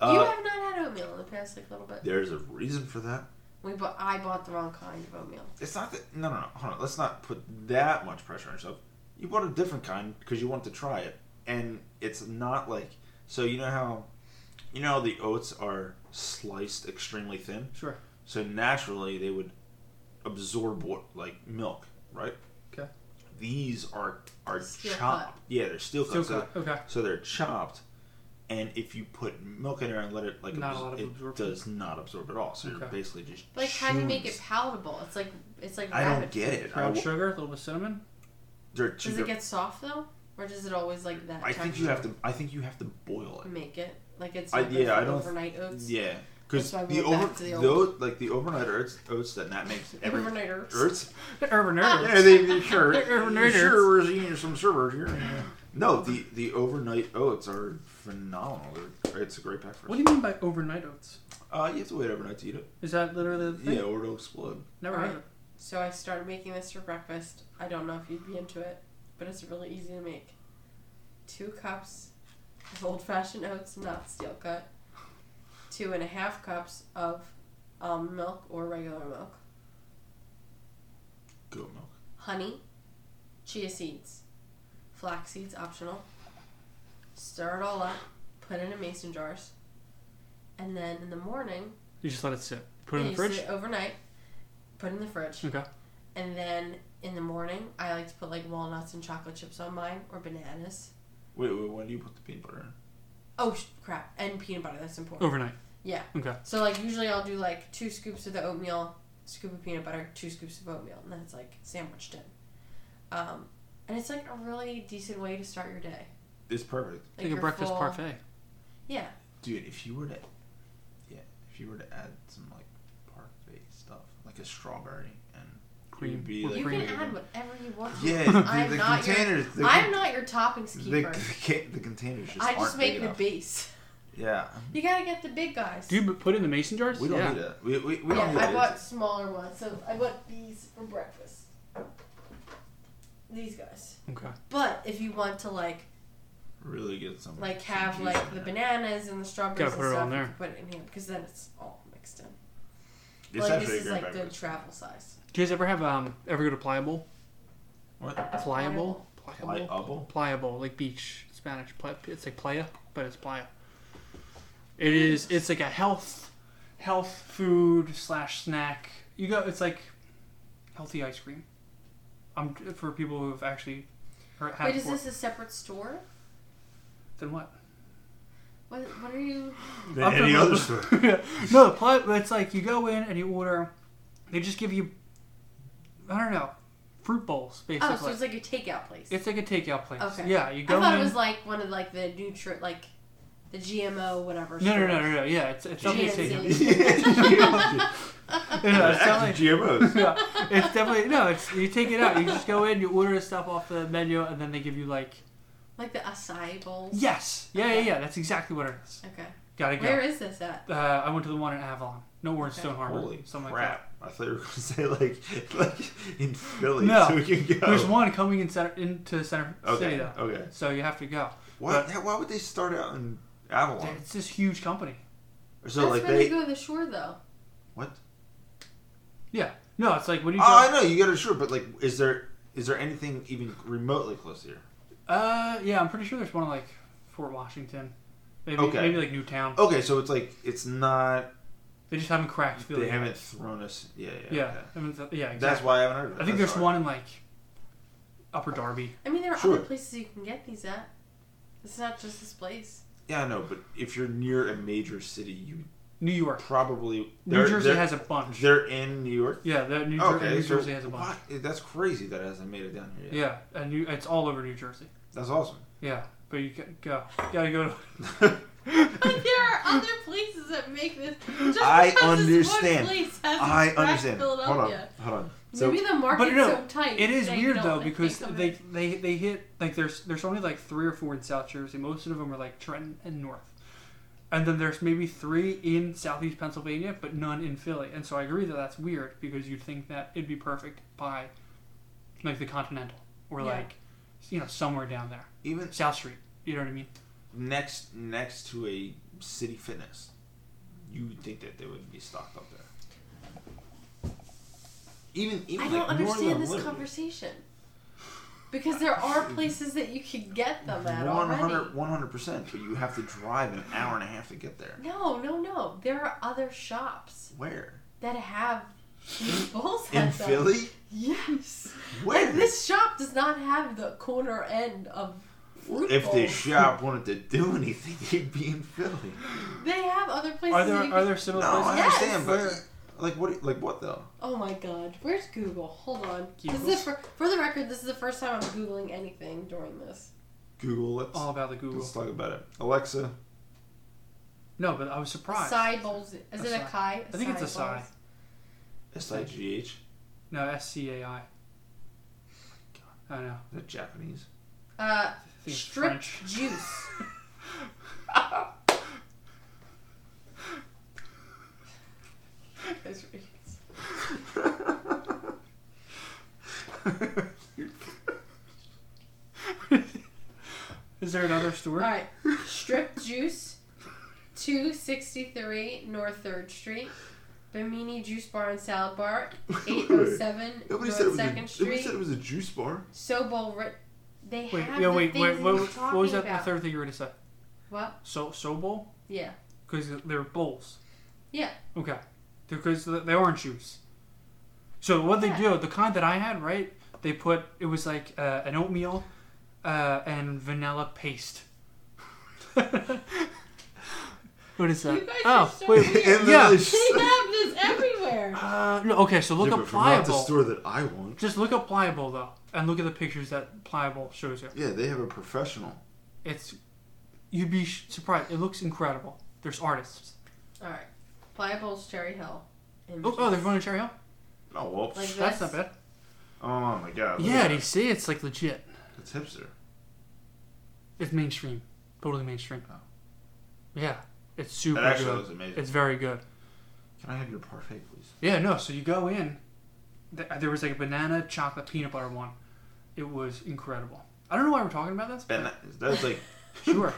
you Uh, have not had oatmeal in the past like little bit. there's a reason for that. We bought. I bought the wrong kind of oatmeal. It's not that. No, no, no. Hold on. Let's not put that much pressure on yourself. You bought a different kind because you want to try it, and it's not like. So you know how, you know how the oats are sliced extremely thin. Sure. So naturally they would absorb what like milk, right? Okay. These are are Steel chopped. Yeah, they're steel Still cut. so- good. Okay. So they're chopped, and if you put milk in there and let it like Not a absor- lot of it absorption. does not absorb at all. So you're Okay. basically just Like, how do you make it chewing- palatable? It's like it's like I rabbit don't get it. I Brown w- sugar, a little bit of cinnamon. they're two Does it different- get soft though, or does it always like that? I think you have to. I think you have to boil it. make it like it's I- like yeah, I don't- overnight oats. Yeah, because That's why we the went back over to the the old- oat- like the overnight oats oats that Nat makes every overnight oats. oats. Urban nerds. Yeah, they they sure They're you overnight sure was eating some server here. No, the the overnight oats are phenomenal. They're, it's a great breakfast. What do you mean by overnight oats? Uh, you have to wait overnight to eat it. Is that literally the thing? Yeah, or it'll explode. Never Alright. heard of it. So I started making this for breakfast. I don't know if you'd be into it, but it's really easy to make. Two cups of old fashioned oats, not steel cut. Two and a half cups of almond milk or regular milk. Goat milk. honey, chia seeds, flax seeds optional. Stir it all up, put it in mason jars, and then in the morning, You just let it sit. Put it yeah, in the you sit fridge. it overnight, put it in the fridge, Okay. and then in the morning, I like to put like walnuts and chocolate chips on mine or bananas. Wait, wait, when do you put the peanut butter in? Oh sh- crap! And peanut butter. That's important. Overnight. Yeah. Okay. So like usually I'll do like two scoops of the oatmeal, scoop of peanut butter, two scoops of oatmeal, and then it's like sandwiched in. Um, and it's like a really decent way to start your day. It's perfect, Like Like a your breakfast full- parfait. Yeah. dude. If you were to, yeah, if you were to add some like parfait stuff, like a strawberry and Cream. be Or like- You cream. can add whatever you want. yeah, I'm the, the not your- containers. the, I'm not your toppings the, the, keeper. ca- the containers just I just aren't make big the enough. base. Yeah. You gotta get the big guys. Do you b- put in the mason jars? We don't yeah. need it. We, we, we yeah, don't need I it. bought smaller ones, so I bought these for breakfast. These guys. Okay. But if you want to like really get some. like some have juice like in the it. bananas and the Gotta strawberries and put it stuff, on you there. can put it in here because then it's all mixed in. It's like actually this a is great like good breakfast. travel size. Do you guys ever have um ever go to pliable? What? Pliable? Like Pliable? apple? Pliable, like beach Spanish. Pli- It's like playa, but it's playa. It is. It's like a health, health food slash snack. You go. It's like healthy ice cream. Um, for people who have actually heard, had Wait, it is before. this a separate store? Then what? What, what are you? I'm any from- other store. no, the pli- it's like you go in and you order. They just give you, I don't know, fruit bowls basically. Oh, so it's like a takeout place. It's like a takeout place. Okay. Yeah, you I go thought in. it was like one of like the nutri like the GMO whatever. no, no, stores. no, no, no. Yeah, it's it's definitely a takeout. GNC. Yeah, it's definitely- Actually, GMOs. yeah, it's definitely no. It's you take it out. You just go in, you order stuff off the menu, and then they give you like Like the acai bowls. yes, yeah, yeah, yeah. That's exactly what it is. Okay. Gotta go. Where is this at? uh, I went to the one in Avalon. No, we're in Okay. Stone Harbor. Holy something like crap! I thought you were gonna say like like in Philly, No. so we can that. go. There's one coming in center, into Center City Okay. though, Okay. so you have to go. Why? But- how- why would they start out in Avalon? It's this huge company. Or so That's like where they? you go to the shore though. What? Yeah. No, it's like when you Oh, go. I know you got it. Sure, but like, is there is there anything even remotely close here? Uh, yeah, I'm pretty sure there's one like Fort Washington. Maybe, Okay. Oh. maybe like Newtown. Okay, so it's like it's not. They just haven't cracked Philly. They yet. haven't thrown us. Yeah, yeah. Yeah, okay. I mean, th- yeah, exactly. That's why I haven't heard. Of it. I think That's there's all one right. in like Upper Darby. I mean, there are Sure. other places you can get these at. It's not just this place. Yeah, I know, but if you're near a major city, you New York. probably New they're- Jersey they're- has a bunch. They're in New York. Yeah, the New, Jer- Okay, New so Jersey has a bunch. what- That's crazy that it hasn't made it down here yet. Yeah, and New, it's all over New Jersey. That's awesome. Yeah, but you ca- go, gotta go. To, Like there are other places that make this. Just I because this understand. One place has I this crack understand. Hold on, Philadelphia. hold on. So Maybe the but market's no, so tight. it is that you weird don't, though like, make because some of they, it. they they hit like there's there's only like three or four in South Jersey. Most of them are like Trenton and North, and then there's maybe three in Southeast Pennsylvania, but none in Philly. And so I agree that that's weird because you'd think that it'd be perfect by like the Continental or Yeah. like you know somewhere down there, even South Street. You know what I mean? next next to a city fitness, you would think that they would be stocked up there. Even even I don't like understand Northern this Liberty. conversation. Because there are places that you could get them at already. 100 percent, but you have to drive an hour and a half to get there. No, no, no. There are other shops Where? that have these bowls In at them. Philly? Yes. Where? Like, this shop does not have the corner end of fruit if this bowls. shop wanted to do anything, they'd be in Philly. They have other places. Are there you are can- there similar No, I places? Yes. understand, but like what? Like what though? Oh my god. Where's Google? Hold on. Keep This is the fir- for the record, this is the first time I'm Googling anything during this. Google. Let's All about the Oh, Google. let's talk about it. Alexa. No, but I was surprised. Side bowls. Is it Acai. a kai? I think it's acai. bowls? S i g h. No, S C A I. I know. Is that Japanese? Uh, I think it's stripped French. juice. Those are idiots. Is there another All store? right, stripped juice, two sixty three North Third Street, Bimini Juice Bar and Salad Bar, eight oh seven Nobody North said, it was Second a, nobody Street. said it was a juice bar. Sobol. Ri- they Wait, have yeah, the wait, things wait. you What, were what was that? talking about. The third thing you were gonna say? What? So so bowl? Yeah. Because they're bowls. Yeah. Okay. Because they aren't juice. So what they Yeah. do, the kind that I had, right? They put it was like uh, an oatmeal uh, and vanilla paste. what is that? You guys oh, are so wait. weird. And then Yeah. They have this everywhere. Uh, no, okay, so look yeah, up but if we're not the pliable. store that I want. Just look up pliable though, and look at the pictures that pliable shows you. Yeah, they have a professional. It's you'd be sh- surprised. It looks incredible. There's artists. All right, Pliables Cherry Hill. And Oh, oh there's one in Cherry Hill. Oh well. Like That's this? not bad. oh my god. look Yeah, at do you that. see? It's like legit. That's hipster. It's mainstream, totally mainstream. Oh. Yeah, It's super That actually good. looks amazing. It's very good. Can I have your parfait, please? Yeah, no. So you go in. th- There was like a banana chocolate peanut butter one. It was incredible. I don't know why we're talking about this. Ben, But that- that's like sure.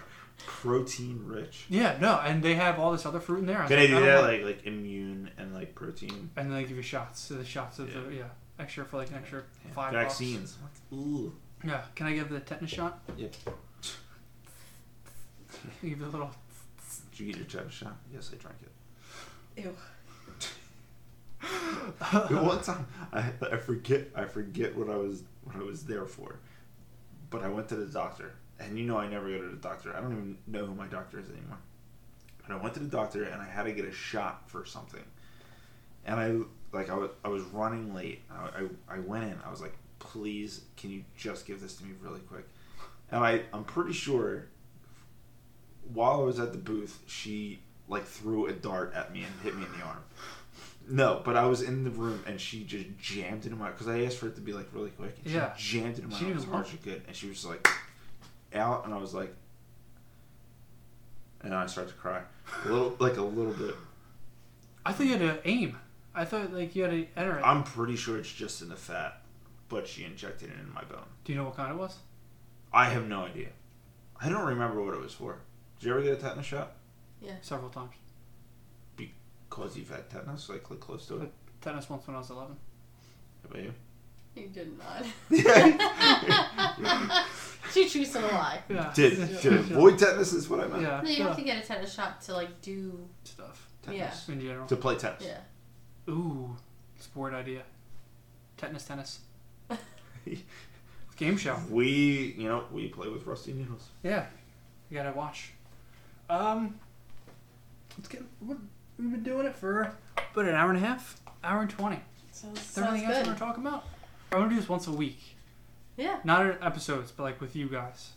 protein rich. Yeah, no. And they have all this other fruit in there. I was Can I do don't know. that? Like like immune and like protein and then they give you shots. So the shots of Yeah. the yeah extra for like an extra Yeah. five bucks. vaccines. Ooh. Yeah. Can I give the tetanus shot? Yep. Give it a little. Did you get your tetanus shot? Yes, I drank it. Ew. One time, I, I forget I forget what I was what I was there for, but I went to the doctor, and you know I never go to the doctor. I don't even know who my doctor is anymore. But I went to the doctor, and I had to get a shot for something, and I like I was I was running late. I I, I went in. I was like, please, can you just give this to me really quick? And I I'm pretty sure. While I was at the booth, she like threw a dart at me and hit me in the arm. No, but I was in the room and she just jammed it in my because I asked for it to be like really quick. And Yeah. she jammed it in my She arm didn't as look. hard as she could, and she was just like out, and I was like, and I started to cry a little, like a little bit. I thought you had to aim. I thought like you had to enter it. I'm pretty sure it's just in the fat, but she injected it in my bone. Do you know what kind it was? I have no idea. I don't remember what it was for. Did you ever get a tetanus shot? Several times. Cause you've had tetanus, like, like close to it. Tetanus once when I was eleven. How about you? You did not. Yeah. she chooses a lie. Yeah. Did, did avoid tetanus is what I meant. Yeah. No, you yeah. have to get a tetanus shot to like do. Stuff Tetanus. in general. To play tennis. Yeah. Ooh, sport idea. Tetanus tennis. Game show. We, you know, we play with rusty needles. Yeah, you gotta watch. Um, let's get. What, we've been doing it for about an hour and a half, hour and twenty. Sounds, Is there sounds anything else you good. want to talk about? I want to do this once a week, Yeah. not in episodes, but like with you guys.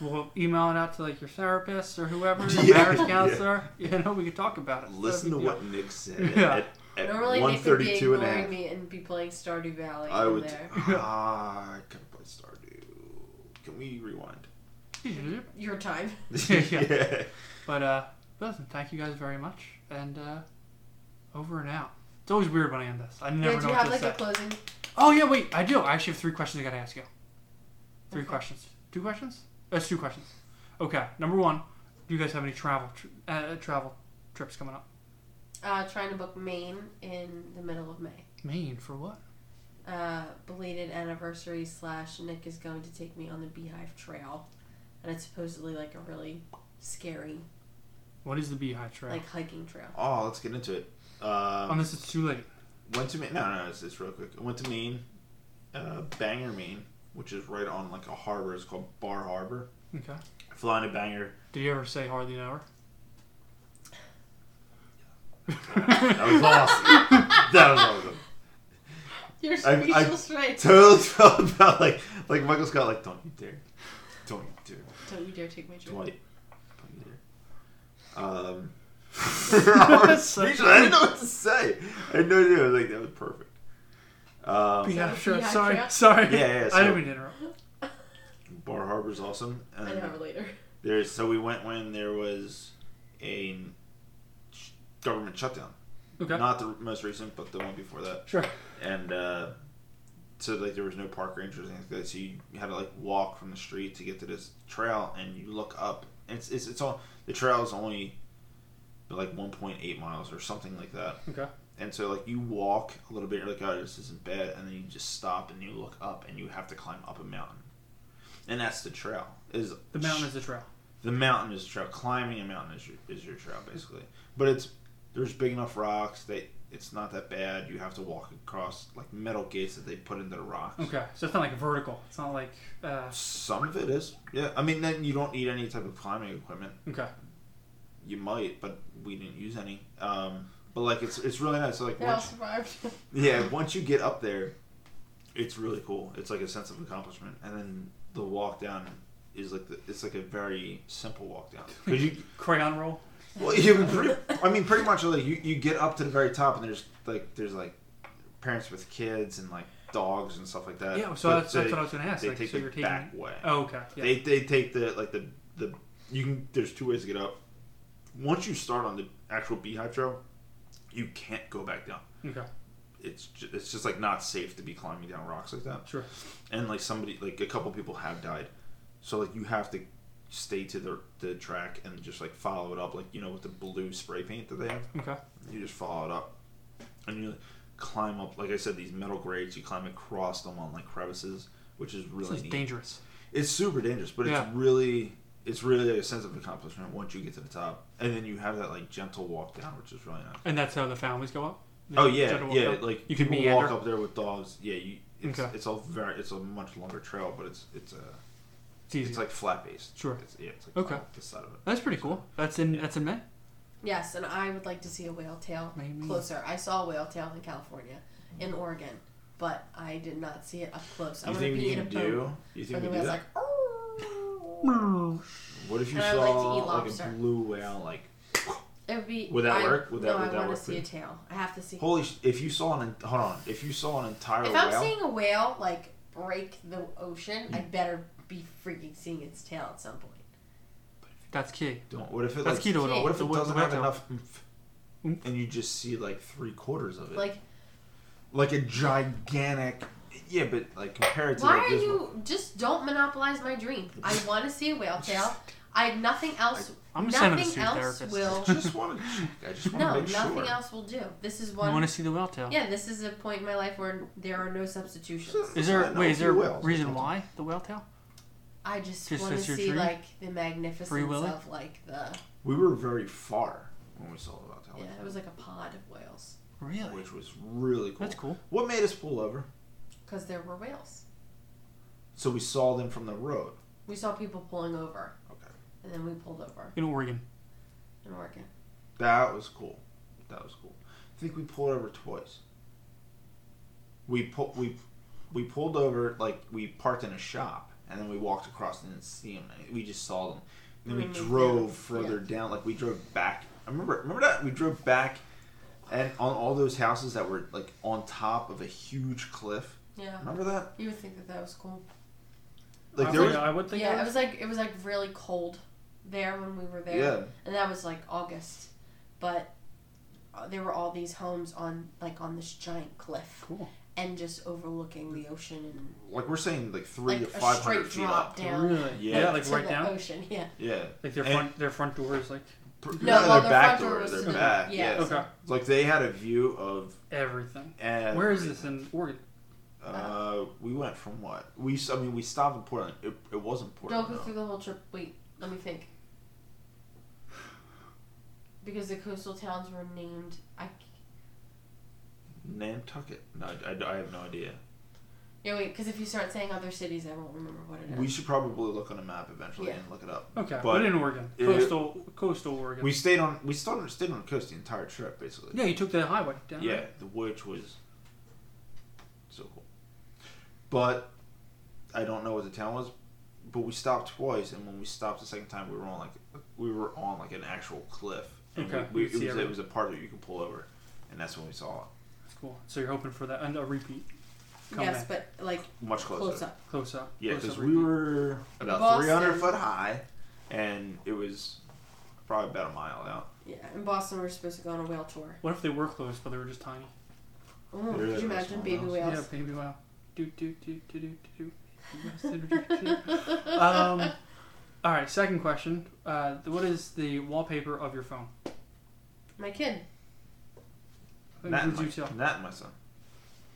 We'll email it out to like your therapist or whoever, your Yeah, marriage yeah. counselor. You know, we could talk about it. Listen to That'd be what Nick said Yeah. at, at Normally, Nick would be ignoring 132 and a half. me and be playing Stardew Valley. I in would. There. Ah, I could have played Stardew. Can we rewind? cool. Your time. Yeah. But uh, but listen, thank you guys very much, and uh, over and out. It's always weird when I end this. I never yeah, do know you what have to like say. a closing? Oh yeah, wait, I do. I actually have three questions I gotta ask you. Three Okay. questions. Two questions? That's two questions. Okay. Number one, do you guys have any travel tr uh, travel trips coming up? Uh, trying to book Maine in the middle of May. Maine for what? Uh, belated anniversary slash Nick is going to take me on the Beehive Trail, and it's supposedly like a really scary What is the Beehive Trail? like hiking trail. oh, let's get into it. On Um, this, it's too late. went to Maine. No, no, it's, it's real quick. I went to Maine, uh, Bangor, Maine, which is right on like a harbor. It's called Bar Harbor. Okay. Fly into Bangor. Did you ever say hardly an hour? That was awesome. that was awesome. Your I- I- speechless right. Totally felt about like like Michael Scott. Like, don't you dare, don't you dare. Don't you dare take my drink. Dwight. Um, That's so speechless. I didn't know what to say. I had no idea. I was like, that was perfect. Um, Beehive the Trail. Beehive Sorry, Trail? sorry. Yeah, yeah, I so- didn't mean to interrupt. Bar Harbor's awesome. I And know later. there's so we went when there was a sh- government shutdown. Okay. Not the most recent, but the one before that. sure. And uh, so like there was no park rangers or anything like that. So you had to like walk from the street to get to this trail, and you look up. and It's it's it's all the trail is only like 1.8 miles or something like that. Okay. And so, like, you walk a little bit, you're like, oh, this isn't bad. And then you just stop and you look up and you have to climb up a mountain. And that's the trail. Is The mountain is the trail. the mountain is the trail. Climbing a mountain is your, is your trail, basically. But it's there's big enough rocks that it's not that bad. You have to walk across like metal gates that they put into the rocks. Okay. So it's not like vertical. It's not like. Uh, Some of it is, yeah. I mean, then you don't need any type of climbing equipment. okay. You might, but we didn't use any. Um, but like, it's it's really nice. So like, They all once- survived. Yeah, once you get up there, it's really cool. It's like a sense of accomplishment, and then the walk down is like the, it's like a very simple walk down. 'Cause you, Crayon roll. well, you pretty, I mean, pretty much like you, you get up to the very top, and there's like there's like parents with kids and like dogs and stuff like that. Yeah, so Uh, But that's, that's they- what I was gonna ask. They like, take so the you're taking. back way. Oh, okay. Yeah. They they take the like the the you can. There's two ways to get up. once you start on the actual beehive trail, you can't go back down. Okay. It's ju- it's just like not safe to be climbing down rocks like that. Sure. And like somebody, like a couple people have died, so like you have to stay to the the track and just like follow it up, like you know with the blue spray paint that they have. Okay. You just follow it up, and you climb up. Like I said, these metal grades, you climb across them on like crevices, which is This really is neat. dangerous. It's super dangerous, but Yeah. it's really it's really a sense of accomplishment once you get to the top, and then you have that like gentle walk down, which is really nice. And that's how the families go up. They Oh try yeah, to walk yeah. up? Like you you can people walk meander. up there with dogs. Yeah, you. It's, Okay. it's all very. It's a much longer trail, but it's it's a It's easy. it's like flat based. Sure. It's, yeah, it's like Okay. okay. Up the side of it. that's pretty cool. That's in Yeah. that's in May. Yes, and I would like to see a whale tail Maybe. closer. I saw a whale tail in California, in Oregon, but I did not see it up close. I you want to think be we in a can boat. do? You think where the we do whale's that? like, oh. what if you And I saw would like to eat like, lobster. a blue whale? Like It would be. Would that I- work? Would that- no, I would that want work to for see you? a tail. I have to see. holy! Sh- if you saw an hold on, if you saw an entire if whale, Mm. I'm seeing a whale like break the ocean, I better be freaking seeing its tail at some point. That's key. don't. What if it That's like key to it all. what if The it whale- doesn't the whale have tail. enough? oomph, Oomph. And you just see like three quarters of it, Like, like a gigantic. Yeah, but like compared to why like, are this you? one, Just don't monopolize my dream. I want to see a whale tail. I nothing else. I'm just sending nothing this to your else therapist. will. I just want to. check. I just want No, to make sure. nothing else will do. This is I one. want to see the whale tail. Yeah, this is a point in my life where there are no substitutions. Is there I know wait? a Is there few a whales. reason why the whale tail? I just, Just want to that's your see dream? like the magnificence Free Willy? of like the We were very far when we saw the hotel, yeah. It was like a pod of whales Really? which was really cool. That's cool. What made us pull over? because there were whales. So we saw them from the road. We saw people pulling over, Okay, and then we pulled over In Oregon. in Oregon. that was cool. That was cool. I think we pulled over twice. We pull we we pulled over like we parked in a shop and then we walked across and didn't see them. We just saw them. And then Mm, we yeah. drove further down. Like we drove back. I remember remember that we drove back, and on all those houses that were like on top of a huge cliff. Yeah, Remember that? you would think that that was cool. Like I there would- was I would think. Yeah, that it was- was like it was like really cold there when we were there. yeah. and that was like August, but uh, there were all these homes on like on this giant cliff cool. and just overlooking the ocean and Like we're saying, like three like to a five straight hundred feet drop up. down Really? Yeah. Yeah, like to right the down. ocean. Yeah, Yeah, Like their And- front, their front door is like no, well, their their back front door door, was their to the- back. yeah. Yeah, okay. like they had a view of. Everything. everything. Where is this in Oregon? Uh, we went from what we. s- I mean, we stopped in Portland. It, it wasn't don't Portland. go though. through the whole trip. Wait, let me think. Because the coastal towns were named, I Nantucket. No, I, I- I have no idea. yeah wait. Because if you start saying other cities, I won't remember what it is. We should probably look on a map eventually Yeah. and look it up. Okay, but, But in Oregon, it- coastal, coastal Oregon. We stayed on. We stayed on, stayed on the coast the entire trip, basically. yeah, you took the highway down. Yeah, the which was so cool. But I don't know what the town was, but we stopped twice, and when we stopped the second time, we were on like we were on like an actual cliff. And Okay, we, you we, see it, was, everything. it was a part that you could pull over, and that's when we saw it That's cool. So you're hoping for that and a repeat. Come yes, back. but like much closer. close up. Close up. Yeah, close because up we repeat. were about Boston. three hundred foot high, and it was probably about a mile out. Yeah, in Boston, we are supposed to go on a whale tour. What if they were close, but they were just tiny? Oh, They're could like you those imagine small baby whales. Yeah, whales? baby. Wow. Do do do do do do. do. um. All right. Second question. Uh, what is the wallpaper of your phone? My kid. What Nat and would you my, tell? Nat and my son.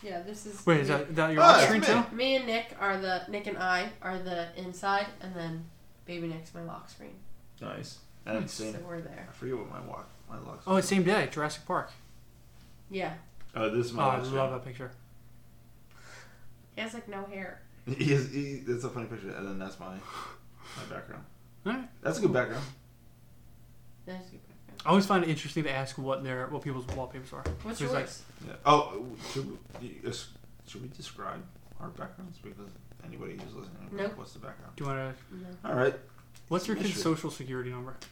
Yeah, this is. Wait, is me. that, that your Oh, watch it's screen me. too? Me and Nick are the Nick and I are the inside, and then baby Nick's my lock screen. Nice. I haven't seen So it. we're there. I forget what my walk my looks. Oh, it's same day. Jurassic Park. Yeah, Oh, this is Oh, my. I last love one. that picture. he has like no hair. He is, he, that's a funny picture, and then that's my my background. Alright. That's a good background. That's good background. I always find it interesting to ask what their what people's wallpapers are. What's There's, yours? like, Yeah. Oh, should we, uh, should we describe our backgrounds because anybody who's listening, Nope. what's the background? Do you want to? no. All right. What's your kid's Mystery. social security number?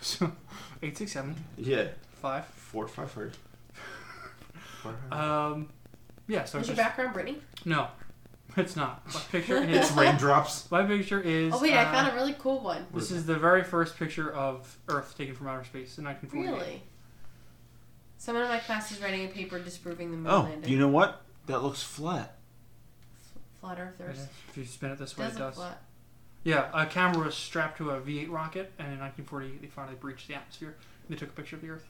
So, eight six seven Yeah. five. Four, five, three. Four, five, Um, yeah. So What's it's just, your background, Brittany? no, It's not. My picture is. It's raindrops. My picture is. Oh wait, I uh, found a really cool one. This is the very first picture of Earth taken from outer space in 1948. Really? Someone in my class is writing a paper disproving the moon Oh, landing. you know what? That looks flat. Flat Yeah, earthers. If you spin it this way, it Doesn't does. flat. Yeah, a camera was strapped to a V8 rocket, and in 1948 they finally breached the atmosphere. And they took a picture of the Earth.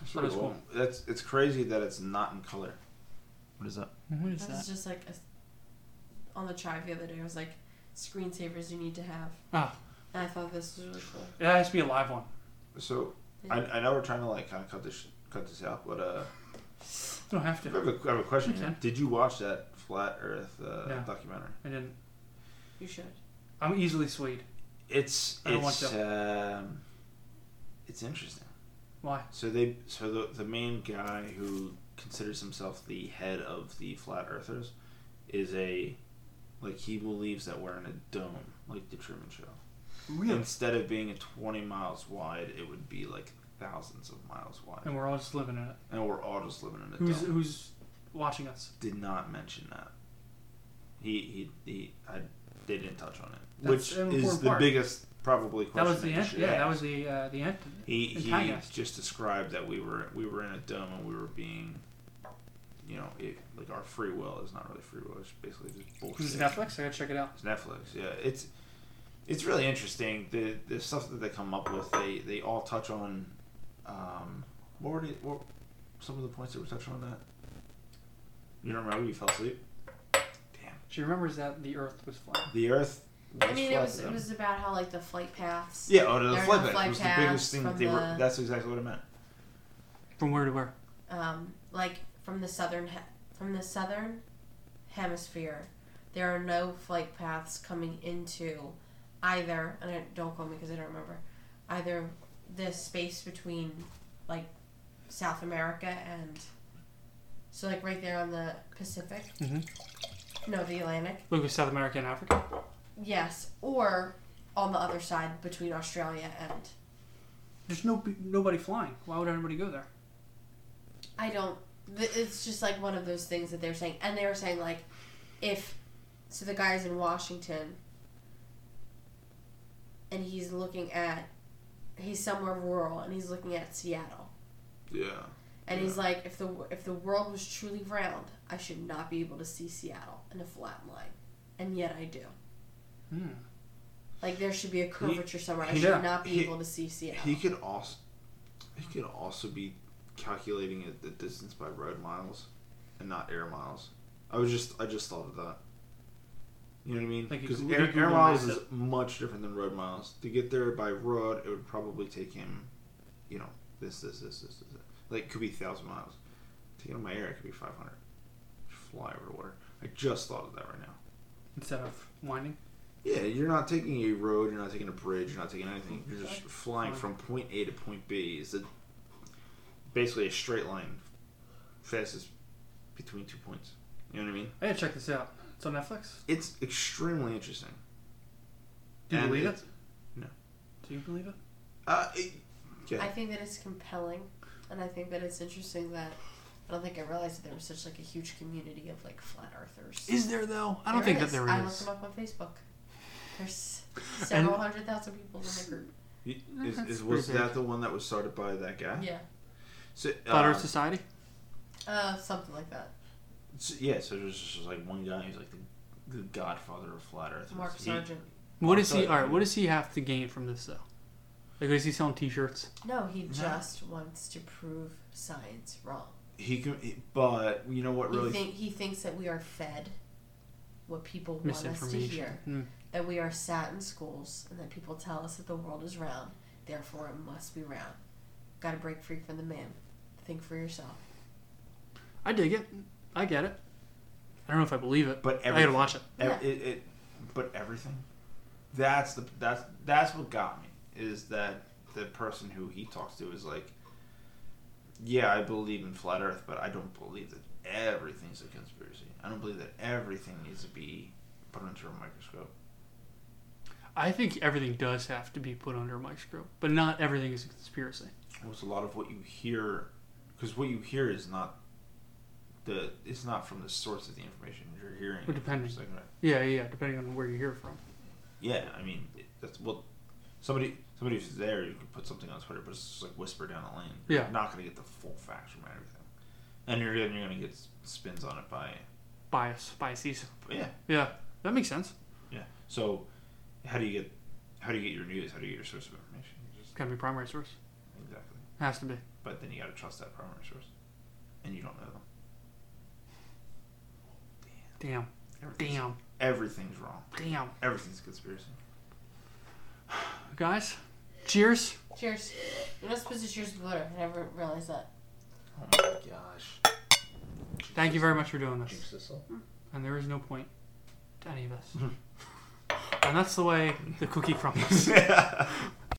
That's Pretty cool. That's it's crazy that it's not in color. What is that? What is That was that? just like a, on the drive the other day. I was like, screensavers you need to have. Ah. And I thought this was really cool. It has to be a live one. So I, I know we're trying to like kind of cut this cut this out, but uh, You don't have I to. have a, I have a question. here. Okay. Did you watch that flat Earth uh, Yeah. documentary? I didn't. You should. I'm easily swayed. It's I don't want it's um, it's interesting. Why? So they so the the main guy who considers himself the head of the flat earthers is a like he believes that we're in a dome like the Truman Show. Instead of being 20 miles wide, it would be like thousands of miles wide, And we're all just living in it. and we're all just living in a Who's dome. who's watching us? Did not mention that. He he, he I, they didn't touch on it, That's which an is important the part. biggest probably question. That was the you end. should Yeah, ask. that was the uh, the end. He he antagonist. just described that we were we were in a dome and we were being, you know, it, like our free will is not really free will. It's basically just bullshit. This is Netflix. I gotta check it out. It's Netflix. Yeah, it's it's really interesting. The the stuff that they come up with, they they all touch on. Um, what were they, what, some of the points that were touched on that? You don't remember? You fell asleep. Damn. She remembers that the Earth was flat. The Earth. Was I mean, it flat was to it them. was about how like the flight paths. Yeah, oh, the there are flight no path flight was the paths biggest thing that from they were. the- That's exactly what it meant. From where to where? um, like from the southern he- from the southern hemisphere, there are no flight paths coming into either. And I, don't quote me because I don't remember either the space between like South America and so like right there on the Pacific, Mhm. no, the Atlantic. Look at South America and Africa. Yes, or on the other side between Australia and There's no nobody flying. Why would anybody go there? I don't. th- It's just like one of those things that they're saying, and they were saying like, if so, the guy's in Washington, and he's looking at, he's somewhere rural, and he's looking at Seattle, Yeah. and he's like, if the if the world was truly round, I should not be able to see Seattle in a flat line, and yet I do. Hmm. Like there should be a curvature somewhere. I he- should yeah, not be he- able to see Seattle. He could also he could also be calculating it, the distance by road miles and not air miles. I was just I just thought of that. You know what I mean? Like you Because could- air, you could air Google miles Maps is much different than road miles. To get there by road, it would probably take him, you know, this this this this this. Like it could be thousand miles. To get on my air, it could be five hundred. Fly over water. I just thought of that right now. Instead of winding. Yeah, you're not taking a road, you're not taking a bridge, you're not taking anything. You're just flying from point A to point B. Is it basically a straight line, fastest between two points. You know what I mean? I gotta check this out. It's on Netflix. It's extremely interesting. Do you And believe it? it's- no. Do you believe it? Uh, it, I yeah. think that it's compelling, and I think that it's interesting that I don't think I realized that there was such like a huge community of like flat earthers. Is there though? I don't think that there I looked is. them up on Facebook. There's several hundred thousand people in the group. Y- Is, That's is, was pretty that big. the one that was started by that guy? Yeah, So, Flat uh, Earth Society. uh, something like that. so- yeah, so there's just like one guy who's like the, the godfather of flat earth. Mark He- Sargent. What I'll does tell he? you. All right. What does he have to gain from this though? Like, is he selling T-shirts? No, he No. just wants to prove science wrong. He, can, but you know what He really think he thinks that we are fed what people want us to Misinformation. hear. Mm. That we are sat in schools and that people tell us that the world is round, therefore it must be round. Gotta break free from the man. Think for yourself. I dig it. I get it. I don't know if I believe it, But I every- gotta watch it. Ev- Yeah. It, it, but everything. That's the that's that's what got me is that the person who he talks to is like, yeah, I believe in flat Earth, but I don't believe that everything's a conspiracy. I don't believe that everything needs to be put under a microscope. I think everything does have to be put under a microscope, but not everything is a conspiracy. Well, it's a lot of what you hear, because what you hear is not the it's not from the source of the information you're hearing. Well, depending. It's like, right. Yeah, yeah, yeah, depending on where you hear it from. Yeah, I mean it- that's well, somebody somebody who's there you could put something on Twitter, but it's just like whisper down the lane. Yeah. You're not gonna get the full facts from everything, and you're and you're gonna get s- spins on it by Bias, biases. but yeah Yeah, that makes sense. yeah. So how do you get how do you get your news? How do you get your source of information? You just It's gotta be primary source. exactly. Has to be. But then you gotta trust that primary source, and you don't know them. Damn, Everything's- damn, Everything's wrong. damn. Everything's a conspiracy. Guys, cheers. Cheers. You're not supposed to cheers with water. I never realized that. Oh my gosh. Thank you very much for doing this. Jinx this up. and there is no point Mm-hmm. to any of this. and that's the way the cookie crumbles.